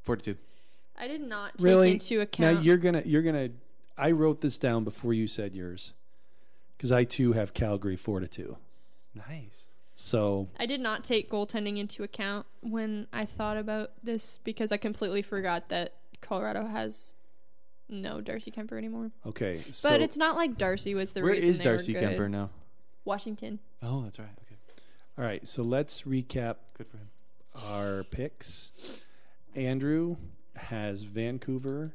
[SPEAKER 1] forty-two.
[SPEAKER 3] I did not take
[SPEAKER 2] Really?
[SPEAKER 3] into account.
[SPEAKER 2] Now you're gonna you're gonna. I wrote this down before you said yours, because I too have Calgary four to two.
[SPEAKER 1] Nice.
[SPEAKER 2] So
[SPEAKER 3] I did not take goaltending into account when I thought about this because I completely forgot that Colorado has no Darcy Kemper anymore.
[SPEAKER 2] okay, so
[SPEAKER 3] But it's not like Darcy was the
[SPEAKER 1] Where
[SPEAKER 3] reason
[SPEAKER 1] is
[SPEAKER 3] they were
[SPEAKER 1] Darcy
[SPEAKER 3] good.
[SPEAKER 1] Kemper now?
[SPEAKER 3] Washington.
[SPEAKER 1] Oh, that's right. Okay,
[SPEAKER 2] all right. So let's recap
[SPEAKER 1] good for him.
[SPEAKER 2] our picks. Andrew has Vancouver,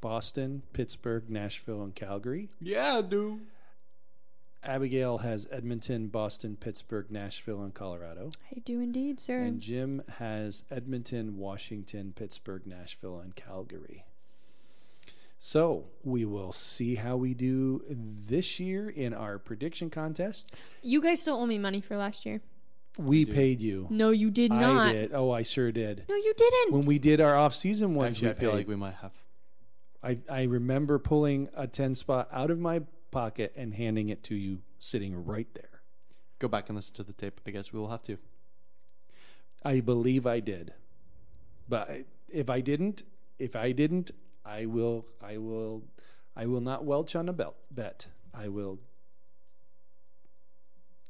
[SPEAKER 2] Boston, Pittsburgh, Nashville, and Calgary.
[SPEAKER 1] Yeah, dude.
[SPEAKER 2] Abigail has Edmonton, Boston, Pittsburgh, Nashville, and Colorado.
[SPEAKER 3] I do indeed, sir.
[SPEAKER 2] And Jim has Edmonton, Washington, Pittsburgh, Nashville, and Calgary. So we will see how we do this year in our prediction contest.
[SPEAKER 3] you guys still owe me money for last year.
[SPEAKER 2] We
[SPEAKER 1] do.
[SPEAKER 2] paid you.
[SPEAKER 3] No, you did not.
[SPEAKER 2] I did. Oh, I sure did.
[SPEAKER 3] No, you didn't.
[SPEAKER 2] When we did our off-season ones,
[SPEAKER 1] Actually, I
[SPEAKER 2] we
[SPEAKER 1] feel
[SPEAKER 2] paid.
[SPEAKER 1] like we might have.
[SPEAKER 2] I, I remember pulling a ten spot out of my pocket and handing it to you, sitting right there.
[SPEAKER 1] Go back and listen to the tape. I guess we will have to.
[SPEAKER 2] I believe I did, but I- if I didn't, if I didn't, I will, I will, I will not welch on a belt bet. I will.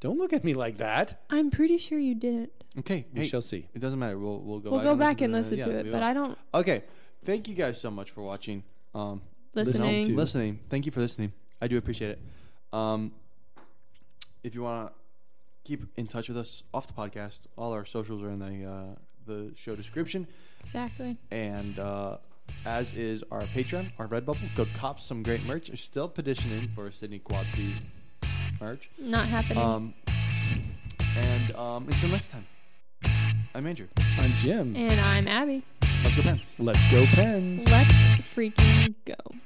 [SPEAKER 2] Don't look at me like that.
[SPEAKER 3] I'm pretty sure you didn't.
[SPEAKER 1] Okay,
[SPEAKER 2] We
[SPEAKER 1] hey,
[SPEAKER 2] shall see.
[SPEAKER 1] it doesn't matter. We'll we'll go.
[SPEAKER 3] We'll go back and
[SPEAKER 1] the-
[SPEAKER 3] listen
[SPEAKER 1] yeah,
[SPEAKER 3] to it,
[SPEAKER 1] we
[SPEAKER 3] but
[SPEAKER 1] will.
[SPEAKER 3] I don't
[SPEAKER 1] okay. Thank you guys so much for watching. Um,
[SPEAKER 2] Listen
[SPEAKER 3] listening.
[SPEAKER 2] to-
[SPEAKER 1] listening. Thank you for listening. I do appreciate it. Um, if you want to keep in touch with us off the podcast, all our socials are in the uh, the show description,
[SPEAKER 3] Exactly.
[SPEAKER 1] and uh, as is our Patreon, our Redbubble. Go cop some great merch. We're still petitioning for Sydney Quadsby merch.
[SPEAKER 3] Not happening.
[SPEAKER 1] Um, and um, until next time, I'm Andrew.
[SPEAKER 2] On Jim,
[SPEAKER 3] and I'm Abby.
[SPEAKER 1] Let's go, Pens.
[SPEAKER 2] let's go, Pens.
[SPEAKER 3] Let's freaking go.